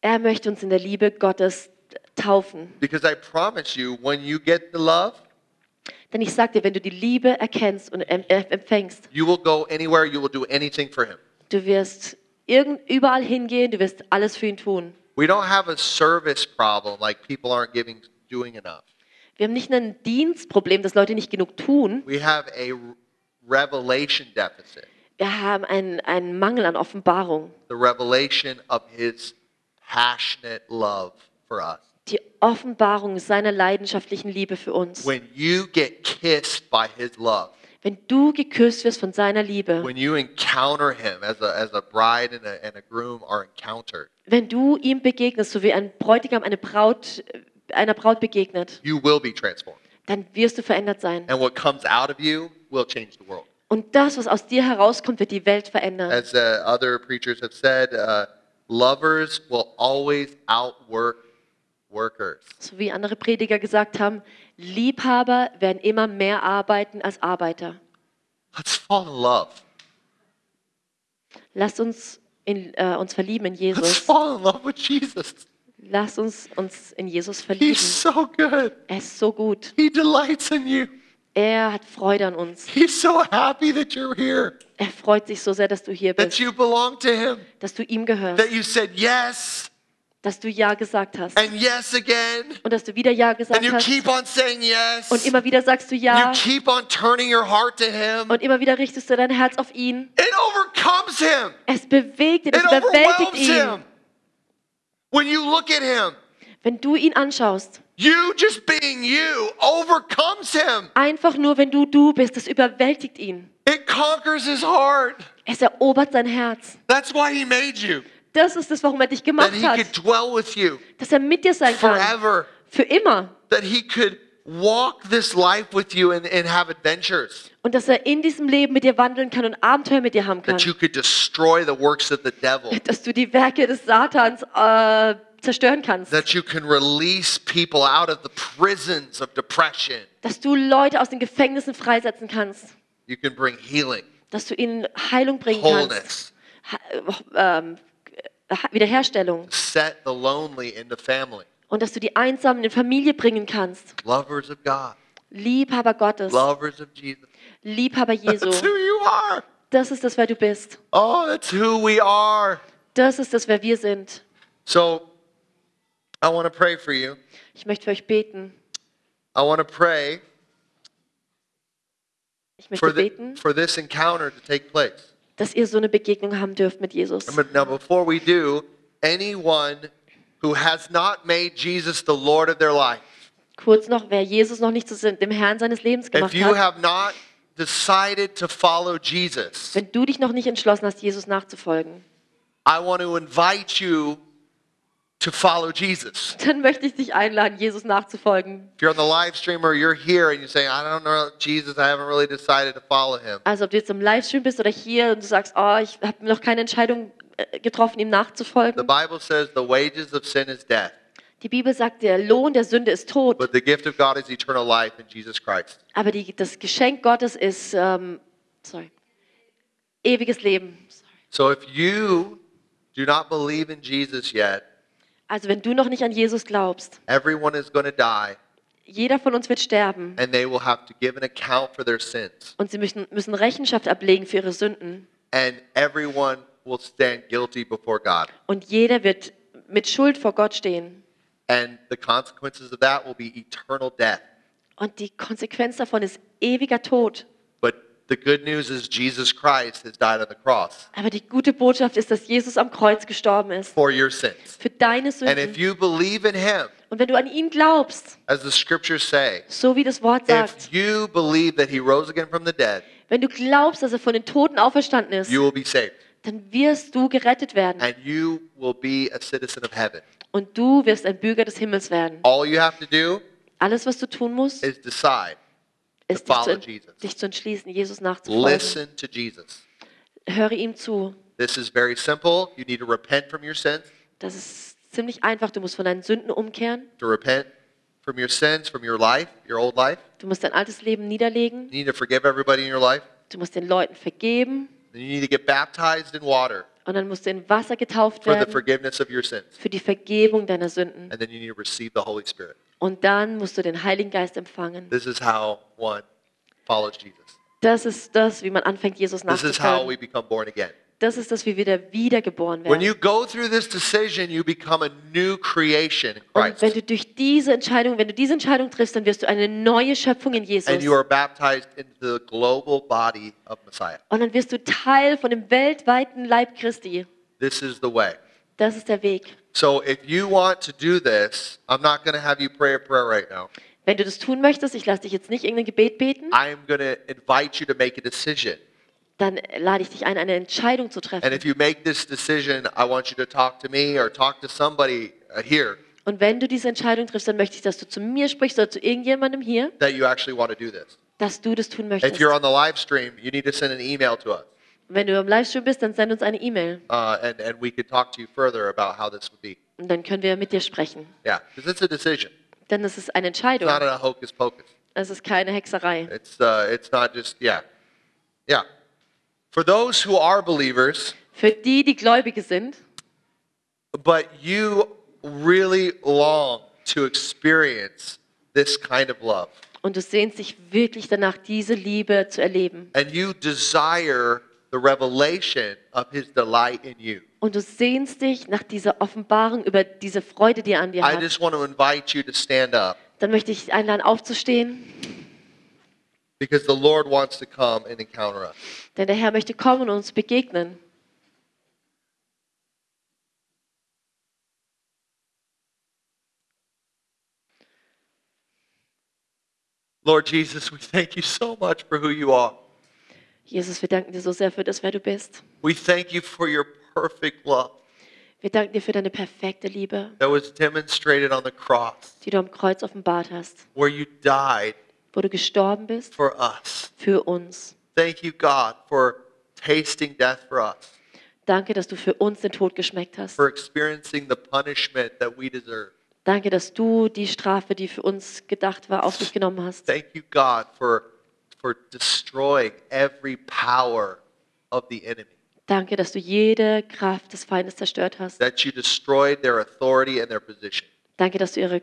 Speaker 2: Er möchte uns in der Liebe Gottes taufen.
Speaker 1: Because I promise you, when you get the love,
Speaker 2: Denn ich sag dir, wenn du die Liebe erkennst und em- äh, empfängst,
Speaker 1: you will go anywhere, you will do anything for him.
Speaker 2: du wirst irgend überall hingehen, du wirst alles für ihn tun.
Speaker 1: We don't have a service problem like people aren't giving doing enough.
Speaker 2: Wir haben nicht ein Dienstproblem, dass Leute nicht genug tun.
Speaker 1: We have a revelation deficit,
Speaker 2: Wir haben einen, einen Mangel an Offenbarung.
Speaker 1: the revelation of his passionate love for us.
Speaker 2: Die Offenbarung seiner leidenschaftlichen Liebe für uns.
Speaker 1: When you get kissed by his love,
Speaker 2: Wenn du geküsst wirst von seiner Liebe,
Speaker 1: when you encounter him as a, as a bride and a, and a groom are encountered,
Speaker 2: wenn du ihm begegnest, so wie ein Bräutigam eine Braut, einer Braut begegnet,
Speaker 1: you will be transformed.
Speaker 2: dann wirst du verändert sein.
Speaker 1: And what comes out of you will change the world.
Speaker 2: Und das, was aus dir herauskommt, wird die Welt verändern.
Speaker 1: As uh, other preachers have said, uh, lovers will always outwork workers.
Speaker 2: So wie andere Prediger gesagt haben, Liebhaber werden immer mehr arbeiten als Arbeiter.
Speaker 1: Let's fall in love.
Speaker 2: Lasst uns in, äh, uns verlieben in
Speaker 1: Let's
Speaker 2: Jesus.
Speaker 1: fall in love with Jesus.
Speaker 2: Lasst uns uns in Jesus verlieben.
Speaker 1: He's so good.
Speaker 2: Er ist so gut.
Speaker 1: He delights in you.
Speaker 2: Er hat Freude an uns.
Speaker 1: He's so happy that you're here,
Speaker 2: Er freut sich so sehr, dass du hier
Speaker 1: that
Speaker 2: bist,
Speaker 1: you belong to Him,
Speaker 2: dass du ihm
Speaker 1: that
Speaker 2: gehörst,
Speaker 1: you said yes
Speaker 2: dass du Ja gesagt hast
Speaker 1: and yes again,
Speaker 2: und dass du wieder Ja
Speaker 1: and
Speaker 2: gesagt
Speaker 1: you
Speaker 2: hast
Speaker 1: keep on saying yes.
Speaker 2: und immer wieder sagst du
Speaker 1: You
Speaker 2: Ja
Speaker 1: keep on turning your heart to Him.
Speaker 2: und immer wieder richtest du dein Herz auf ihn.
Speaker 1: It overcomes Him.
Speaker 2: Es bewegt ihn, es
Speaker 1: It
Speaker 2: überwältigt
Speaker 1: overwhelms
Speaker 2: ihn.
Speaker 1: him. When you look at him,
Speaker 2: Wenn du ihn anschaust,
Speaker 1: you just being you overcomes him.
Speaker 2: einfach nur wenn du du bist, es überwältigt ihn.
Speaker 1: It conquers his heart.
Speaker 2: Es erobert sein Herz.
Speaker 1: That's why he made you.
Speaker 2: Das ist es, warum er dich
Speaker 1: That
Speaker 2: gemacht
Speaker 1: he could
Speaker 2: hat,
Speaker 1: dwell with you
Speaker 2: dass er mit dir sein kann.
Speaker 1: forever.
Speaker 2: Für immer.
Speaker 1: That he could walk this life with you and, and have adventures.
Speaker 2: Und dass er in diesem Leben mit dir wandeln kann und Abenteuer mit dir haben kann.
Speaker 1: That you could destroy the works of the devil.
Speaker 2: Dass du die Werke des Satans äh, zerstören kannst.
Speaker 1: That you can release people out of the prisons of depression.
Speaker 2: Dass du Leute aus den Gefängnissen freisetzen kannst.
Speaker 1: You can bring healing,
Speaker 2: Dass du ihnen Heilung bringen kannst.
Speaker 1: wholeness,
Speaker 2: Ha ähm, Wiederherstellung.
Speaker 1: set the lonely into family.
Speaker 2: und dass du die Einsamen in Familie bringen kannst.
Speaker 1: lovers of God,
Speaker 2: Liebhaber Gottes,
Speaker 1: lovers of Jesus.
Speaker 2: Liebhaber Jesu.
Speaker 1: That's who you are.
Speaker 2: Das ist das, wer du bist.
Speaker 1: Oh, that's who we are.
Speaker 2: Das ist das, wer wir sind.
Speaker 1: So I want to pray for you.
Speaker 2: Ich möchte für euch beten.
Speaker 1: I want to pray
Speaker 2: Ich möchte
Speaker 1: for, thi-
Speaker 2: beten,
Speaker 1: for this encounter to take place.
Speaker 2: dass ihr so eine Begegnung haben dürft mit Jesus.
Speaker 1: But now, before we do, anyone who has not made Jesus the Lord of their life,
Speaker 2: Kurz noch, wer Jesus noch nicht zu sin- dem Herrn seines Lebens
Speaker 1: if
Speaker 2: gemacht
Speaker 1: you
Speaker 2: hat,
Speaker 1: have not decided to follow Jesus,
Speaker 2: wenn du dich noch nicht entschlossen hast, Jesus nachzufolgen, *laughs*
Speaker 1: I want to invite you to follow Jesus.
Speaker 2: dann möchte ich dich einladen, Jesus nachzufolgen.
Speaker 1: If you're on the live stream or you're here and you say, I don't know Jesus, I haven't really decided to follow him.
Speaker 2: Also ob du jetzt im Livestream bist oder hier und du sagst, oh, ich habe noch keine Entscheidung äh, getroffen, ihm
Speaker 1: The
Speaker 2: nachzufolgen.
Speaker 1: Bible says the wages of sin is death,
Speaker 2: Die Bibel sagt, der Lohn der Sünde ist Tod,
Speaker 1: but the gift of God is eternal life in Jesus Christ.
Speaker 2: aber die, das Geschenk Gottes ist, ähm, sorry, ewiges Leben.
Speaker 1: So
Speaker 2: Sorry.
Speaker 1: if you do not believe in Jesus yet,
Speaker 2: Also wenn du noch nicht an Jesus glaubst,
Speaker 1: everyone is going to die
Speaker 2: jeder von uns wird sterben
Speaker 1: and they will have to give an account for their sins.
Speaker 2: und sie müssen, müssen Rechenschaft ablegen für ihre Sünden.
Speaker 1: And everyone will stand guilty before God.
Speaker 2: Und jeder wird mit Schuld vor Gott stehen.
Speaker 1: And the consequences of that will be eternal death.
Speaker 2: Und die Konsequenz davon ist ewiger Tod.
Speaker 1: But the good news is Jesus Christ has died on the cross
Speaker 2: Aber die gute Botschaft ist, dass Jesus am Kreuz gestorben ist.
Speaker 1: for your sins.
Speaker 2: Für
Speaker 1: And
Speaker 2: deine
Speaker 1: if
Speaker 2: Sünden.
Speaker 1: you believe in him,
Speaker 2: Und wenn du an ihn glaubst,
Speaker 1: as the scriptures say,
Speaker 2: so wie das Wort
Speaker 1: if
Speaker 2: sagt,
Speaker 1: you believe that he rose again from the dead,
Speaker 2: wenn du glaubst, dass er von den Toten auferstanden ist,
Speaker 1: you will be saved
Speaker 2: dann wirst du gerettet werden.
Speaker 1: and you will be a citizen of heaven.
Speaker 2: Und du wirst ein Bürger des Himmels werden.
Speaker 1: All you have to do
Speaker 2: Alles, was du tun musst,
Speaker 1: is decide,
Speaker 2: ist, dich zu,
Speaker 1: follow
Speaker 2: en-
Speaker 1: Jesus.
Speaker 2: dich zu entschließen, Jesus nachzufolgen.
Speaker 1: listen to Jesus.
Speaker 2: Höre ihm zu.
Speaker 1: This is very simple. You need to repent from your sins,
Speaker 2: Das ist ziemlich einfach. Du musst von deinen Sünden umkehren.
Speaker 1: to repent from your sins, from your life, your old life.
Speaker 2: Du musst dein altes Leben niederlegen.
Speaker 1: You need to forgive everybody in your life.
Speaker 2: Du musst den Leuten vergeben.
Speaker 1: Then you need to get baptized in water
Speaker 2: Und dann musst du in Wasser getauft
Speaker 1: for the
Speaker 2: werden
Speaker 1: forgiveness of your sins.
Speaker 2: für die Vergebung deiner Sünden.
Speaker 1: And then you need to receive the Holy Spirit.
Speaker 2: Und dann musst du den Heiligen Geist empfangen.
Speaker 1: This is how one follows Jesus.
Speaker 2: Das ist das, wie man anfängt, Jesus
Speaker 1: This is how we
Speaker 2: nachzufolgen.
Speaker 1: become born again.
Speaker 2: Das ist das, wie wir wieder wiedergeboren
Speaker 1: When
Speaker 2: werden.
Speaker 1: you go through this decision, you become a new creation in
Speaker 2: Und
Speaker 1: Christ.
Speaker 2: wenn du durch diese Entscheidung, wenn du diese Entscheidung triffst, dann wirst du eine neue Schöpfung in
Speaker 1: And
Speaker 2: Jesus.
Speaker 1: you are baptized into the global body of Messiah.
Speaker 2: Und dann wirst du Teil von dem weltweiten Leib Christi.
Speaker 1: This is the way.
Speaker 2: Das ist der Weg.
Speaker 1: So if you want to do this, I'm not going to have you pray a prayer right now.
Speaker 2: Wenn du das tun möchtest, ich lasse dich jetzt nicht irgendein Gebet beten,
Speaker 1: I'm going to invite you to make a decision.
Speaker 2: dann lade ich dich ein, eine Entscheidung zu treffen.
Speaker 1: And if you make this decision, I want you to talk to me or talk to somebody uh, here
Speaker 2: Und wenn du diese Entscheidung triffst, dann möchte ich, dass du zu mir sprichst oder zu irgendjemandem hier,
Speaker 1: that you actually want to do this.
Speaker 2: dass du das tun
Speaker 1: If
Speaker 2: möchtest.
Speaker 1: you're on the live stream, you need to send an email to us,
Speaker 2: Wenn du im Livestream bist, dann send uns eine E-Mail
Speaker 1: uh, and, and we could talk to you further about how this would be.
Speaker 2: und dann können wir mit dir sprechen.
Speaker 1: Yeah, because it's a decision.
Speaker 2: Denn es ist eine
Speaker 1: It's
Speaker 2: Entscheidung.
Speaker 1: not a hocus pocus.
Speaker 2: Es ist keine Hexerei.
Speaker 1: It's uh, it's not just yeah, yeah. For those who are believers,
Speaker 2: Für die, die Gläubige sind,
Speaker 1: but you really long to experience this kind of love,
Speaker 2: und du sehnst dich wirklich danach, diese Liebe zu erleben.
Speaker 1: and you desire the revelation of His delight in you.
Speaker 2: Und du sehnst dich nach dieser Offenbarung über diese Freude, die er an dir
Speaker 1: I
Speaker 2: hat.
Speaker 1: just want to invite you to stand up
Speaker 2: Dann möchte ich dich einladen, aufzustehen,
Speaker 1: because the Lord wants to come and encounter us.
Speaker 2: denn der Herr möchte kommen und uns begegnen.
Speaker 1: Lord Jesus, we thank you so much for who you are.
Speaker 2: Jesus, wir danken dir so sehr für das, wer du bist.
Speaker 1: We thank you for your perfect love
Speaker 2: Wir danken dir für deine perfekte Liebe,
Speaker 1: that was demonstrated on the cross,
Speaker 2: die du am Kreuz offenbart hast,
Speaker 1: where you died
Speaker 2: wo du gestorben bist
Speaker 1: for us.
Speaker 2: für uns.
Speaker 1: Thank you, God, for tasting death for us,
Speaker 2: Danke, dass du für uns den Tod geschmeckt hast.
Speaker 1: for experiencing the punishment that we deserve.
Speaker 2: Danke, dass du die Strafe, die für uns gedacht war, auf dich genommen hast.
Speaker 1: Thank you, God, for, for destroying every power of the enemy,
Speaker 2: Danke, dass du jede Kraft des Feindes zerstört hast.
Speaker 1: that you destroyed their authority and their position.
Speaker 2: Danke, dass du ihre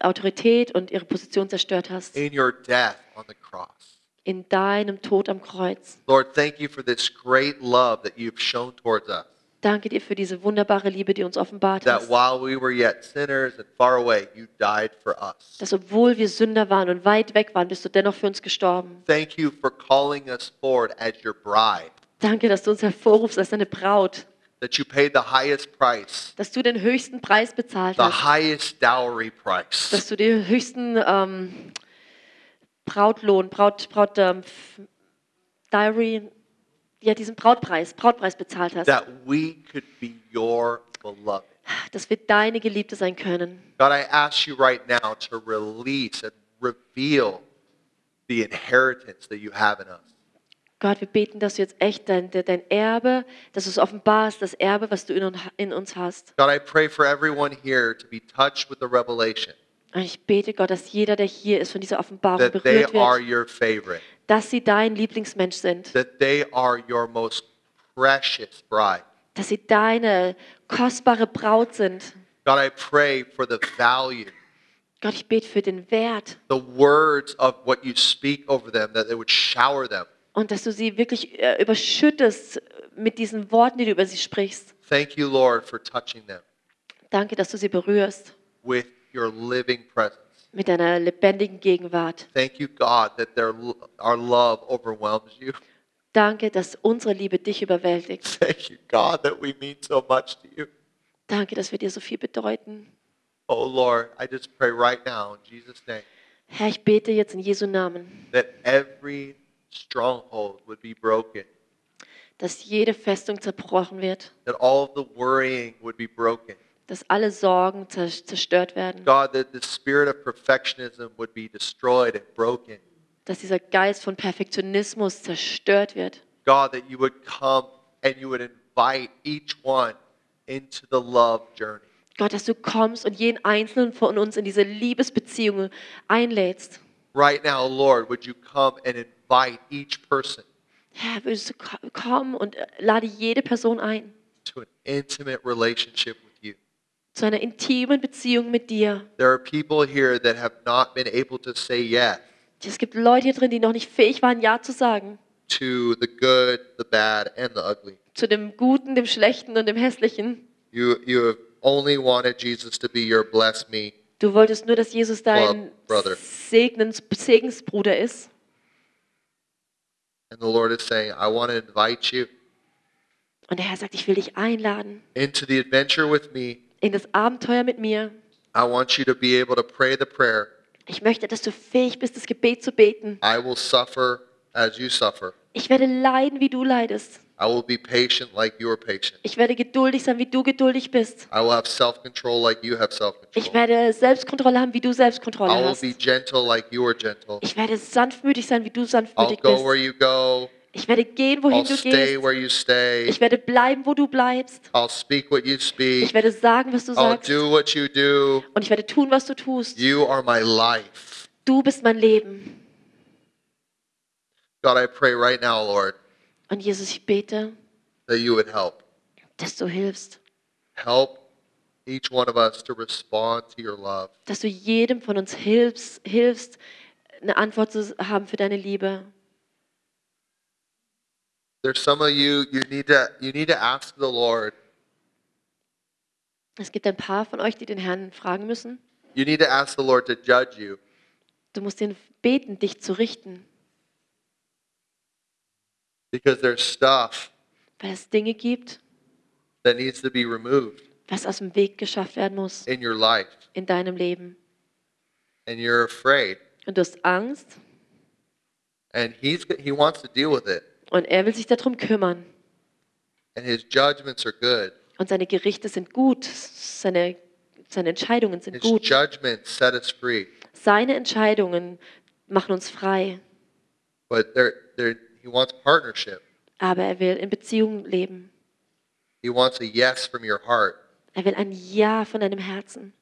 Speaker 2: Autorität und ihre Position zerstört hast
Speaker 1: in your death on the cross.
Speaker 2: in deinem Tod am Kreuz.
Speaker 1: Lord, thank you for this great love that you've shown towards us.
Speaker 2: Danke dir für diese wunderbare Liebe, die uns offenbart
Speaker 1: That
Speaker 2: hast.
Speaker 1: while we were yet sinners and far away, you died for us.
Speaker 2: Dass obwohl wir Sünder waren und weit weg waren, bist du dennoch für uns gestorben.
Speaker 1: Thank you for calling us forward as your bride,
Speaker 2: Danke, dass du uns hervorrufst als deine Braut.
Speaker 1: that you paid the highest price,
Speaker 2: Dass du den höchsten Preis bezahlt
Speaker 1: the
Speaker 2: hast.
Speaker 1: highest dowry price.
Speaker 2: Dass du den höchsten ähm, Brautlohn, Braut, Braut, ähm, F- Diary, ja, diesen Brautpreis, Brautpreis bezahlt hast.
Speaker 1: that we could be your beloved.
Speaker 2: Dass wir deine Geliebte sein können.
Speaker 1: God, I ask you right now to release and reveal the inheritance that you have in us.
Speaker 2: Gott, wir beten, dass du jetzt echt dein, de- dein Erbe, dass du es offenbarst, das Erbe, was du in, un- in uns hast.
Speaker 1: God, I pray for everyone here to be touched with the revelation
Speaker 2: Und ich bete, Gott, dass jeder, der hier ist, von dieser Offenbarung
Speaker 1: that they
Speaker 2: berührt
Speaker 1: are
Speaker 2: wird,
Speaker 1: your favorite,
Speaker 2: dass sie dein Lieblingsmensch sind,
Speaker 1: that they are your most precious bride.
Speaker 2: dass sie deine kostbare Braut sind.
Speaker 1: God, I pray for the value,
Speaker 2: Gott, ich bete für den Wert
Speaker 1: the words of what you speak over them, that they would shower them.
Speaker 2: und dass du sie wirklich äh, überschüttest mit diesen Worten, die du über sie sprichst.
Speaker 1: Thank you, Lord, for touching them
Speaker 2: Danke, dass du sie berührst
Speaker 1: with your living presence.
Speaker 2: mit deiner lebendigen Gegenwart.
Speaker 1: Thank you, God, that their, our love overwhelms you. *laughs*
Speaker 2: Danke, dass unsere Liebe dich überwältigt.
Speaker 1: Thank you, God, that we mean so much to you.
Speaker 2: Danke, dass wir dir so viel bedeuten.
Speaker 1: Oh, Lord, I just pray right now in Jesus' name
Speaker 2: Herr, ich bete jetzt in Jesu Namen,
Speaker 1: that every stronghold would be broken,
Speaker 2: dass jede Festung zerbrochen wird,
Speaker 1: that all of the worrying would be broken.
Speaker 2: dass alle Sorgen zer zerstört werden,
Speaker 1: God, that the spirit of perfectionism would be destroyed and broken.
Speaker 2: dass dieser Geist von Perfektionismus zerstört wird.
Speaker 1: God, that you would come and you would invite each one into the love journey.
Speaker 2: Gott, dass du kommst und jeden einzelnen von uns in diese Liebesbeziehung einlädst.
Speaker 1: Right now, Lord, would you come and invite each person
Speaker 2: Herr, würdest du ko- kommen und äh, lade jede Person ein
Speaker 1: to an intimate relationship with you?
Speaker 2: zu einer intimen Beziehung mit dir.
Speaker 1: There are people here that have not been able to say yes
Speaker 2: Es gibt Leute hier drin, die noch nicht fähig waren, Ja zu sagen.
Speaker 1: to the good, the bad, and the ugly.
Speaker 2: Zu dem Guten, dem Schlechten und dem Hässlichen.
Speaker 1: You, you have only wanted Jesus to be your bless me.
Speaker 2: Du wolltest nur, dass Jesus dein
Speaker 1: Well, brother.
Speaker 2: Segnens, Segensbruder ist.
Speaker 1: And the Lord is saying, I want to invite you
Speaker 2: Und der Herr sagt, ich will dich einladen
Speaker 1: into the adventure with me.
Speaker 2: in das Abenteuer mit mir.
Speaker 1: I want you to be able to pray the prayer.
Speaker 2: Ich möchte, dass du fähig bist, das Gebet zu beten.
Speaker 1: I will suffer as you suffer.
Speaker 2: Ich werde leiden, wie du leidest.
Speaker 1: I will be patient like you are patient.
Speaker 2: Ich werde geduldig sein, wie du geduldig bist.
Speaker 1: I will have self control like you have self
Speaker 2: Ich
Speaker 1: control.
Speaker 2: werde Selbstkontrolle haben, wie du Selbstkontrolle
Speaker 1: I will
Speaker 2: hast.
Speaker 1: be gentle like you are gentle.
Speaker 2: Ich werde sanftmütig sein, wie du
Speaker 1: I'll
Speaker 2: sanftmütig
Speaker 1: go where
Speaker 2: bist.
Speaker 1: you go.
Speaker 2: Ich werde gehen, wohin
Speaker 1: I'll
Speaker 2: du
Speaker 1: stay
Speaker 2: gehst.
Speaker 1: where you stay.
Speaker 2: Ich werde bleiben, wo du bleibst.
Speaker 1: I'll speak what you
Speaker 2: Ich
Speaker 1: speak.
Speaker 2: werde sagen, was du
Speaker 1: I'll
Speaker 2: sagst.
Speaker 1: do what you do.
Speaker 2: Und ich werde tun, was du tust.
Speaker 1: You are my life.
Speaker 2: Du bist mein Leben.
Speaker 1: God, I pray right now, Lord,
Speaker 2: Und Jesus, ich bete,
Speaker 1: that you would help.
Speaker 2: dass du hilfst.
Speaker 1: Help each one of us to respond to your love.
Speaker 2: Dass du jedem von uns hilfst, hilfst eine Antwort zu haben für deine Liebe.
Speaker 1: There's some of you you need to you need to ask the Lord.
Speaker 2: Es gibt ein paar von euch, die den Herrn fragen müssen.
Speaker 1: You need to ask the Lord to judge you.
Speaker 2: Du musst ihn beten, dich zu richten,
Speaker 1: because there's stuff
Speaker 2: weil es Dinge gibt,
Speaker 1: that needs to be removed
Speaker 2: was aus dem Weg geschafft werden muss
Speaker 1: in your life
Speaker 2: in deinem Leben.
Speaker 1: and you're afraid
Speaker 2: Und du hast Angst
Speaker 1: and he's he wants to deal with it
Speaker 2: und er will sich darum kümmern.
Speaker 1: and his judgments are good
Speaker 2: Und seine Gerichte sind gut, seine, seine Entscheidungen sind
Speaker 1: his
Speaker 2: gut.
Speaker 1: judgments set us free
Speaker 2: Seine Entscheidungen machen uns frei,
Speaker 1: but there there he wants partnership
Speaker 2: aber er will in Beziehungen leben.
Speaker 1: he wants a yes from your heart
Speaker 2: Er will ein Ja von deinem Herzen.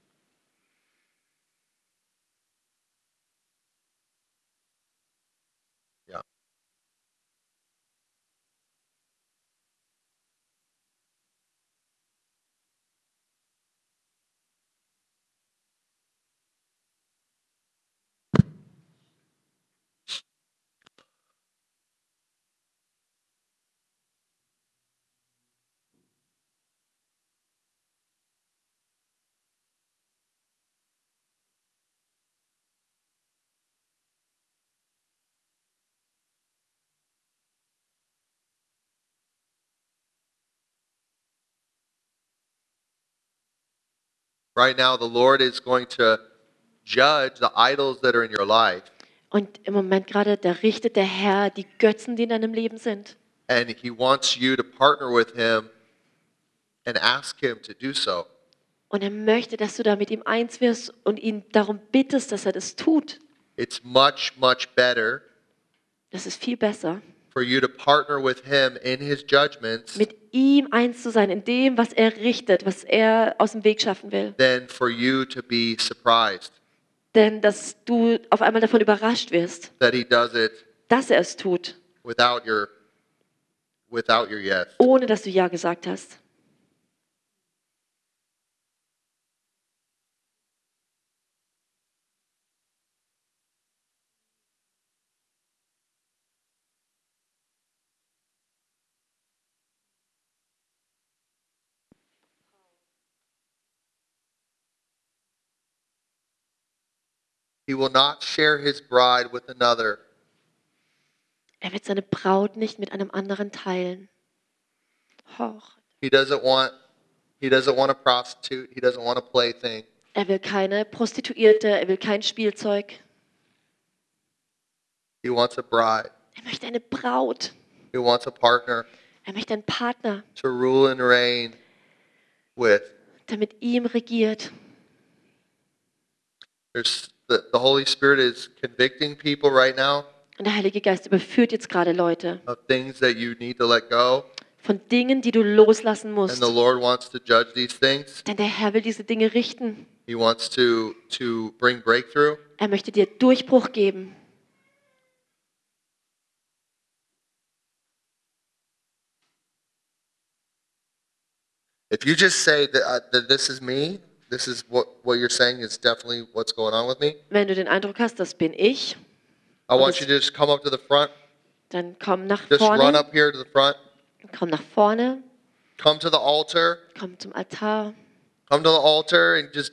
Speaker 1: Right now, the Lord is going to judge the idols that are in your life,
Speaker 2: Und im Moment gerade, da richtet der Herr die Götzen, die in deinem Leben sind.
Speaker 1: and He wants you to partner with Him and ask Him to do so.
Speaker 2: Und er möchte, dass du da mit ihm eins wirst und ihn darum bittest, dass er das tut.
Speaker 1: It's much, much better
Speaker 2: Das ist viel besser.
Speaker 1: for you to partner with Him in His judgments
Speaker 2: Mit ihm eins zu sein, in dem, was er richtet, was er aus dem Weg schaffen will.
Speaker 1: than for you to be surprised
Speaker 2: Denn dass du auf einmal davon überrascht wirst,
Speaker 1: that He does it
Speaker 2: dass er es tut,
Speaker 1: without your without your yes.
Speaker 2: ohne dass du Ja gesagt hast.
Speaker 1: He will not share His bride with another.
Speaker 2: Er wird seine Braut nicht mit einem anderen teilen. Hoch.
Speaker 1: He doesn't want he doesn't want a prostitute. He doesn't want a plaything.
Speaker 2: Er will keine Prostituierte, er will kein Spielzeug.
Speaker 1: He wants a bride.
Speaker 2: Er möchte eine Braut.
Speaker 1: He wants a partner
Speaker 2: Er möchte einen Partner,
Speaker 1: to rule and reign with.
Speaker 2: der mit ihm regiert.
Speaker 1: There's the, the Holy Spirit is convicting people right now
Speaker 2: Und der Heilige Geist überführt jetzt gerade Leute
Speaker 1: of things that you need to let go,
Speaker 2: von Dingen, die du loslassen
Speaker 1: and
Speaker 2: musst.
Speaker 1: the Lord wants to judge these things.
Speaker 2: Denn der Herr will diese Dinge richten.
Speaker 1: He wants to to bring breakthrough.
Speaker 2: Er möchte dir Durchbruch geben.
Speaker 1: If you just say that, uh, that this is me, this is what what you're saying is definitely what's going on with me.
Speaker 2: Wenn du den Eindruck hast, das bin ich,
Speaker 1: I want
Speaker 2: Okay.
Speaker 1: you to just come up to the front.
Speaker 2: dann komm nach
Speaker 1: Just run
Speaker 2: vorne.
Speaker 1: up here to the front.
Speaker 2: Komm nach vorne,
Speaker 1: Come to the altar.
Speaker 2: komm zum Altar.
Speaker 1: Come to the altar and just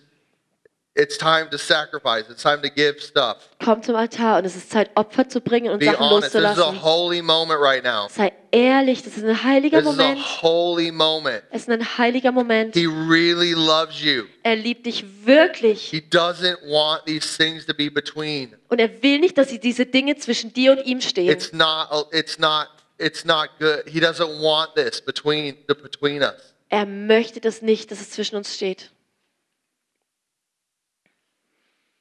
Speaker 1: it's time to sacrifice. It's time to give stuff.
Speaker 2: Komm zum Altar und es ist Zeit, Opfer zu bringen und
Speaker 1: Be
Speaker 2: Sachen
Speaker 1: honest. This is a
Speaker 2: loszulassen.
Speaker 1: holy moment right now.
Speaker 2: Sei ehrlich, das ist ein heiliger
Speaker 1: This is a
Speaker 2: Moment.
Speaker 1: holy moment.
Speaker 2: Es ist ein heiliger Moment.
Speaker 1: He really loves you.
Speaker 2: Er liebt dich wirklich.
Speaker 1: He doesn't want these things to be between.
Speaker 2: Und er will nicht, dass sie diese Dinge zwischen dir und ihm stehen.
Speaker 1: It's not it's not it's not good. He doesn't want this between the between us.
Speaker 2: Er möchte das nicht, dass es zwischen uns steht.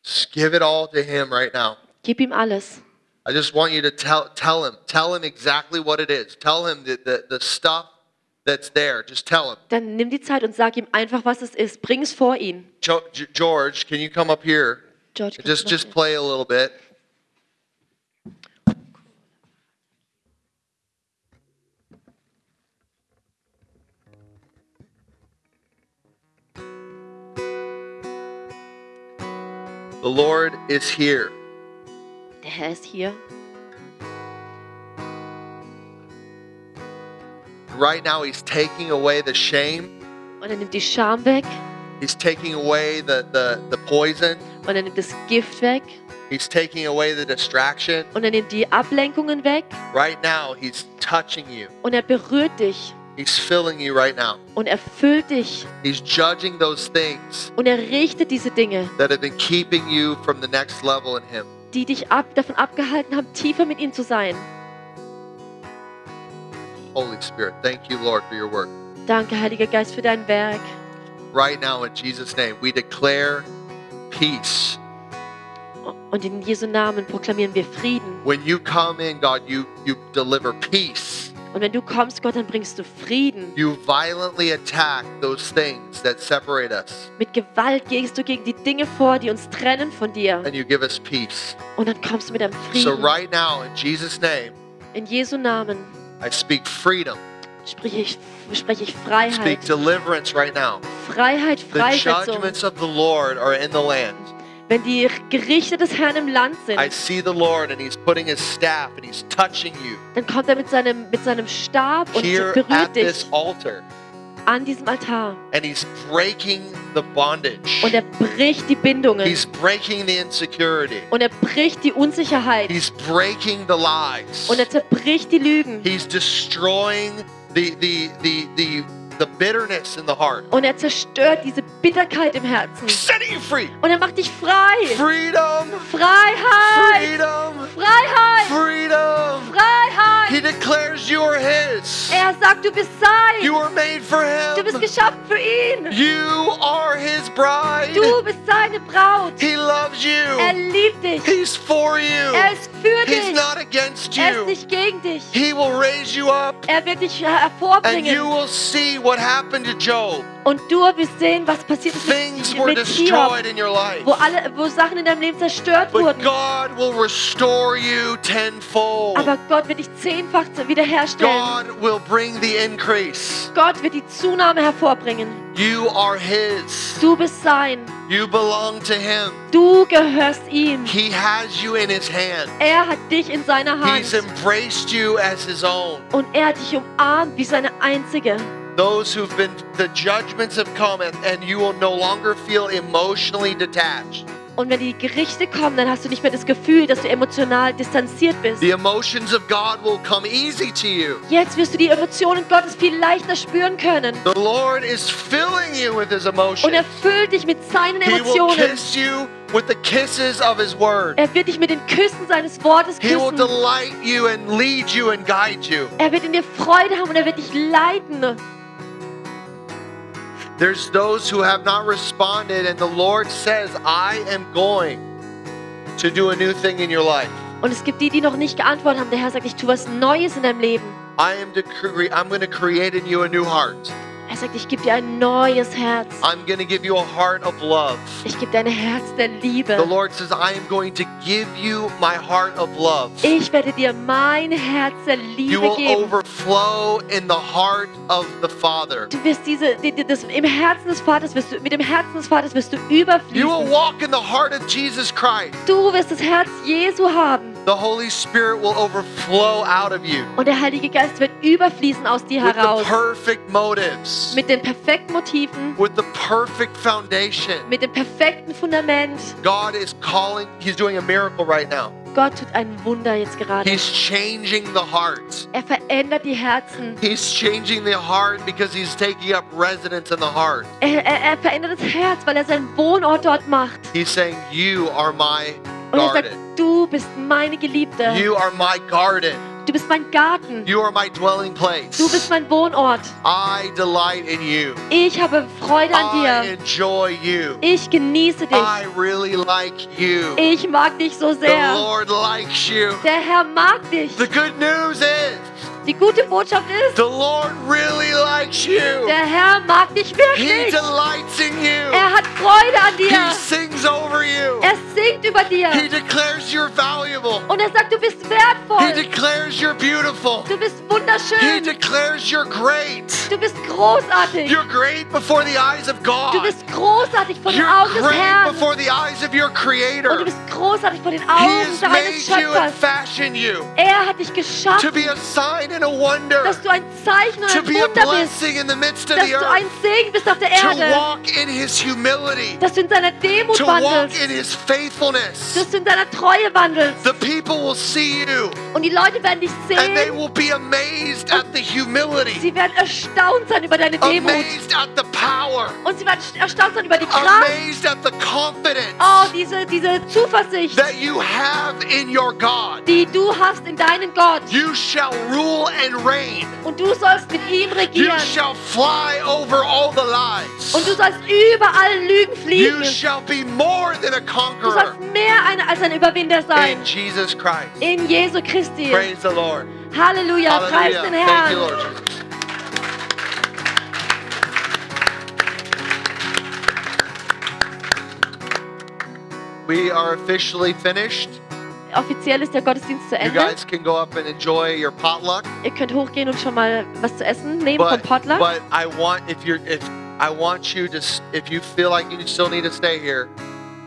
Speaker 1: Just give it all to him right now.
Speaker 2: Gib ihm alles.
Speaker 1: I just want you to tell, tell him. Tell him exactly what it is. Tell him the, the, the stuff that's there. Just tell him.
Speaker 2: Dann nimm die Zeit und sag ihm einfach, was es ist. Bring es vor ihn.
Speaker 1: Jo- G- George, can you come up here?
Speaker 2: George, kannst
Speaker 1: Just,
Speaker 2: du
Speaker 1: just
Speaker 2: *laughs* noch-
Speaker 1: play a little bit. The Lord is here.
Speaker 2: Der Herr ist hier.
Speaker 1: Right now, He's taking away the shame.
Speaker 2: Und er nimmt die Scham weg.
Speaker 1: He's taking away the, the, the poison.
Speaker 2: Und er nimmt das Gift weg.
Speaker 1: He's taking away the distraction.
Speaker 2: Und er nimmt die Ablenkungen weg.
Speaker 1: Right now, He's touching you.
Speaker 2: Und er berührt dich.
Speaker 1: He's filling you right now.
Speaker 2: Und erfüllt dich.
Speaker 1: He's judging those things
Speaker 2: Und er richtet diese Dinge,
Speaker 1: that have been keeping you from the next level in Him.
Speaker 2: die dich ab, davon abgehalten haben, tiefer mit ihm zu sein.
Speaker 1: Holy Spirit, thank you, Lord, for your work.
Speaker 2: Danke, Heiliger Geist, für dein Werk.
Speaker 1: Right now, in Jesus' name, we declare peace.
Speaker 2: Und in Jesu Namen proklamieren wir Frieden.
Speaker 1: When you come in, God, you, you deliver peace.
Speaker 2: Und wenn du kommst, Gott, dann bringst du Frieden.
Speaker 1: You violently attack those things that separate us,
Speaker 2: Mit Gewalt gehst du gegen die Dinge vor, die uns trennen von dir.
Speaker 1: and you give us peace.
Speaker 2: Und dann kommst du mit einem
Speaker 1: So,
Speaker 2: Frieden.
Speaker 1: right now, in Jesus' name,
Speaker 2: In Jesu Namen
Speaker 1: I speak freedom,
Speaker 2: spreche ich, spreche ich
Speaker 1: I speak
Speaker 2: Freiheit.
Speaker 1: deliverance right now.
Speaker 2: Freiheit,
Speaker 1: The
Speaker 2: Freisetzung.
Speaker 1: judgments of the Lord are in the land.
Speaker 2: Wenn die Gerichte des Herrn im Land
Speaker 1: I
Speaker 2: sind,
Speaker 1: see the Lord, and He's putting His staff and He's touching you
Speaker 2: dann kommt er mit seinem, mit seinem Stab und
Speaker 1: here at
Speaker 2: berührt
Speaker 1: this
Speaker 2: dich
Speaker 1: altar,
Speaker 2: an diesem Altar.
Speaker 1: and He's breaking the bondage.
Speaker 2: Und er bricht die Bindungen.
Speaker 1: He's breaking the insecurity.
Speaker 2: Und er bricht die Unsicherheit.
Speaker 1: He's breaking the lies.
Speaker 2: Und er zerbricht die Lügen.
Speaker 1: He's destroying the the the the the bitterness in the heart,
Speaker 2: Und er zerstört diese Bitterkeit im Herzen.
Speaker 1: setting you free.
Speaker 2: Und er macht dich frei.
Speaker 1: Freedom,
Speaker 2: Freiheit!
Speaker 1: freedom,
Speaker 2: Freiheit!
Speaker 1: freedom. He
Speaker 2: Freiheit!
Speaker 1: declares you are His.
Speaker 2: Er sagt, du bist
Speaker 1: You
Speaker 2: sein.
Speaker 1: are made for
Speaker 2: Du bist
Speaker 1: Him.
Speaker 2: geschaffen für ihn.
Speaker 1: You are His bride.
Speaker 2: Du bist seine Braut.
Speaker 1: He loves
Speaker 2: Er
Speaker 1: you.
Speaker 2: liebt dich.
Speaker 1: He's for
Speaker 2: Er
Speaker 1: you.
Speaker 2: ist für
Speaker 1: He's
Speaker 2: dich.
Speaker 1: not against
Speaker 2: Er ist
Speaker 1: you.
Speaker 2: nicht gegen dich.
Speaker 1: He will raise you up,
Speaker 2: Er wird dich
Speaker 1: and you
Speaker 2: hervorbringen.
Speaker 1: will see what happened to Job.
Speaker 2: Und du wirst sehen, was passiert ist
Speaker 1: Things
Speaker 2: mit,
Speaker 1: were
Speaker 2: mit Hiob,
Speaker 1: destroyed in your life.
Speaker 2: wo, alle, wo Sachen in deinem Leben zerstört
Speaker 1: But
Speaker 2: wurden.
Speaker 1: God will restore you tenfold.
Speaker 2: Aber Gott wird dich zehnfach wiederherstellen.
Speaker 1: God will bring the increase.
Speaker 2: Gott wird die Zunahme hervorbringen.
Speaker 1: You are His.
Speaker 2: Du bist sein.
Speaker 1: You belong to Him.
Speaker 2: Du gehörst ihm.
Speaker 1: He has you in His hand.
Speaker 2: Er hat dich in seiner
Speaker 1: He's
Speaker 2: Hand.
Speaker 1: embraced you as His own.
Speaker 2: Und er hat dich umarmt wie seine einzige.
Speaker 1: Those who've been, the judgments have come, and, and you will no longer feel emotionally detached.
Speaker 2: Und wenn die Gerichte kommen, dann hast du nicht mehr das Gefühl, dass du emotional distanziert bist.
Speaker 1: The emotions of God will come easy to you.
Speaker 2: Jetzt wirst du die Emotionen Gottes viel leichter spüren können.
Speaker 1: The Lord is filling you with His
Speaker 2: Und
Speaker 1: emotions.
Speaker 2: erfüllt dich mit seinen
Speaker 1: He will
Speaker 2: Emotionen.
Speaker 1: kiss you with the kisses of His word.
Speaker 2: Er wird dich mit den Küssen seines Wortes
Speaker 1: He will
Speaker 2: küssen.
Speaker 1: delight you and lead you and guide you.
Speaker 2: Er wird in dir Freude haben und er wird dich leiten.
Speaker 1: There's those who have not responded, and the Lord says, I am going to do a new thing in your life.
Speaker 2: Und es gibt die, die noch nicht geantwortet haben. Der Herr sagt, ich tue was Neues in deinem Leben.
Speaker 1: I am to cre- I'm going to create in you a new heart.
Speaker 2: Er sagt, ich gebe dir ein neues Herz.
Speaker 1: I'm going to give you a heart of love.
Speaker 2: Ich gebe dir ein Herz der
Speaker 1: The
Speaker 2: Liebe.
Speaker 1: Lord says, I am going to give you my heart of love.
Speaker 2: Ich werde dir mein Herz der
Speaker 1: You
Speaker 2: Liebe
Speaker 1: will
Speaker 2: geben.
Speaker 1: overflow in the heart of the Father.
Speaker 2: Du wirst diese, die, die, das, im Herzen des Vaters wirst du, mit dem Herzen des Vaters wirst du
Speaker 1: You will
Speaker 2: überfließen.
Speaker 1: walk in the heart of Jesus Christ.
Speaker 2: Du wirst das Herz Jesu haben.
Speaker 1: The Holy Spirit will overflow out of you
Speaker 2: Und der Heilige Geist wird überfließen aus dir
Speaker 1: with the
Speaker 2: heraus.
Speaker 1: perfect motives,
Speaker 2: Mit den perfekten Motiven,
Speaker 1: with the perfect foundation.
Speaker 2: mit dem perfekten Fundament.
Speaker 1: God is calling, He's doing a miracle right now.
Speaker 2: Gott tut ein Wunder jetzt gerade.
Speaker 1: He's changing the heart.
Speaker 2: Er verändert die Herzen.
Speaker 1: He's changing the heart because He's taking up residence in the heart.
Speaker 2: Er, er, er verändert das Herz, weil er seinen Wohnort dort macht.
Speaker 1: He's saying, You are my
Speaker 2: Und er sagt,
Speaker 1: garden.
Speaker 2: du bist meine Geliebte.
Speaker 1: You are my garden.
Speaker 2: Du bist mein Garten.
Speaker 1: You are my dwelling
Speaker 2: Du bist
Speaker 1: place.
Speaker 2: mein Wohnort.
Speaker 1: I delight in you.
Speaker 2: Ich habe Freude an
Speaker 1: I
Speaker 2: dir.
Speaker 1: enjoy you.
Speaker 2: Ich genieße
Speaker 1: I
Speaker 2: dich.
Speaker 1: really like you.
Speaker 2: Ich mag dich so
Speaker 1: The
Speaker 2: sehr.
Speaker 1: Lord likes you.
Speaker 2: Der Herr mag dich.
Speaker 1: The good news is
Speaker 2: Die gute Botschaft ist,
Speaker 1: the Lord really likes you.
Speaker 2: der Herr mag dich
Speaker 1: He
Speaker 2: wirklich.
Speaker 1: delights in you.
Speaker 2: Er hat Freude an
Speaker 1: He
Speaker 2: dir.
Speaker 1: sings over you.
Speaker 2: Er singt über
Speaker 1: He
Speaker 2: dir.
Speaker 1: declares you're valuable.
Speaker 2: Und er sagt, du bist
Speaker 1: He
Speaker 2: wertvoll.
Speaker 1: declares you're beautiful.
Speaker 2: Du bist
Speaker 1: He
Speaker 2: wunderschön.
Speaker 1: declares you're great.
Speaker 2: Du bist großartig.
Speaker 1: You're great before the eyes of
Speaker 2: Du
Speaker 1: God.
Speaker 2: bist großartig vor den
Speaker 1: You're
Speaker 2: Augen des
Speaker 1: great
Speaker 2: Herrn.
Speaker 1: before the eyes of your
Speaker 2: Und du
Speaker 1: Creator. He
Speaker 2: bist großartig vor den Augen
Speaker 1: has
Speaker 2: deines
Speaker 1: made you and
Speaker 2: Schöpfers.
Speaker 1: fashioned you
Speaker 2: Er hat dich
Speaker 1: to
Speaker 2: geschaffen,
Speaker 1: be a sign and a wonder,
Speaker 2: dass du ein Zeichen und
Speaker 1: to
Speaker 2: ein
Speaker 1: be a
Speaker 2: Wunder bist.
Speaker 1: blessing in the midst of
Speaker 2: Dass
Speaker 1: the
Speaker 2: du
Speaker 1: earth.
Speaker 2: ein Segen bist auf der
Speaker 1: to
Speaker 2: Erde.
Speaker 1: walk in his humility,
Speaker 2: Dass du in seiner Demut
Speaker 1: to walk
Speaker 2: wandelst.
Speaker 1: in his faithfulness.
Speaker 2: Dass du in deiner Treue wandelst.
Speaker 1: The people will see you
Speaker 2: Und die Leute werden dich
Speaker 1: and they
Speaker 2: sehen.
Speaker 1: will be amazed at the humility,
Speaker 2: Sie werden erstaunt sein über deine Demut.
Speaker 1: amazed at the power,
Speaker 2: Und sie werden erstaunt sein über die Kraft.
Speaker 1: amazed at the confidence
Speaker 2: Oh, diese, diese Zuversicht,
Speaker 1: that you have in your God.
Speaker 2: die du hast in deinen Gott.
Speaker 1: You shall rule and reign.
Speaker 2: Und du sollst mit ihm
Speaker 1: You
Speaker 2: regieren.
Speaker 1: shall fly over all the
Speaker 2: Und du
Speaker 1: lies.
Speaker 2: sollst überall Lügen
Speaker 1: You
Speaker 2: fliegen.
Speaker 1: shall be more than a
Speaker 2: Du
Speaker 1: conqueror
Speaker 2: sollst mehr ein, als ein Überwinder sein.
Speaker 1: in Jesus Christ.
Speaker 2: In Jesu Christi.
Speaker 1: Praise the Lord.
Speaker 2: Halleluja. Preis
Speaker 1: Hallelujah.
Speaker 2: den
Speaker 1: Thank you, Lord
Speaker 2: Herrn.
Speaker 1: Jesus. We are officially finished.
Speaker 2: Offiziell ist der Gottesdienst zu
Speaker 1: You
Speaker 2: Ende.
Speaker 1: guys can go up and enjoy your potluck.
Speaker 2: Ihr könnt hochgehen und schon mal was zu essen nehmen vom
Speaker 1: But,
Speaker 2: Potluck.
Speaker 1: but I want if you're if I want you to s- if you feel like you still need to stay here,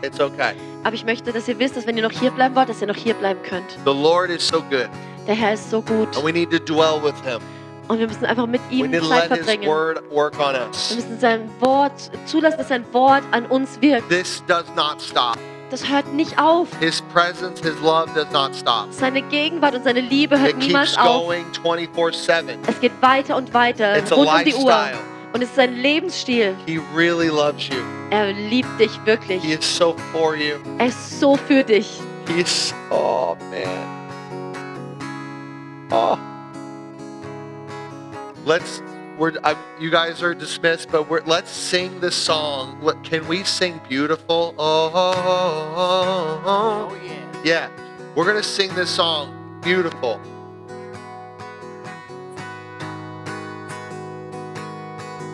Speaker 1: it's okay.
Speaker 2: Aber ich möchte, dass ihr wisst, dass wenn ihr noch hier bleiben wollt, dass ihr noch hier bleiben könnt.
Speaker 1: The Lord is so good,
Speaker 2: Der Herr ist so gut.
Speaker 1: and we need to dwell with Him.
Speaker 2: Und wir müssen einfach mit
Speaker 1: We
Speaker 2: ihm
Speaker 1: need to
Speaker 2: Zeit
Speaker 1: let His
Speaker 2: verbringen.
Speaker 1: Word work on
Speaker 2: Wir
Speaker 1: us.
Speaker 2: müssen sein Wort zulassen, dass sein Wort an uns wirkt.
Speaker 1: This does not stop.
Speaker 2: Das hört nicht auf.
Speaker 1: His presence, His love does not stop.
Speaker 2: Seine Gegenwart und seine Liebe hört
Speaker 1: It keeps
Speaker 2: niemals auf.
Speaker 1: going 24 7.
Speaker 2: Es geht weiter und weiter,
Speaker 1: It's a
Speaker 2: rund um die Uhr.
Speaker 1: lifestyle.
Speaker 2: Und es ist sein Lebensstil.
Speaker 1: He really loves you.
Speaker 2: Er liebt dich
Speaker 1: He
Speaker 2: wirklich.
Speaker 1: is so for you.
Speaker 2: Er ist so für dich.
Speaker 1: He is, oh man. Oh. Let's, we're, I, you guys are dismissed, but we're, let's sing this song. What, can we sing beautiful? Oh, oh, oh, oh, oh.
Speaker 3: yeah.
Speaker 1: Yeah, we're gonna sing this song, beautiful.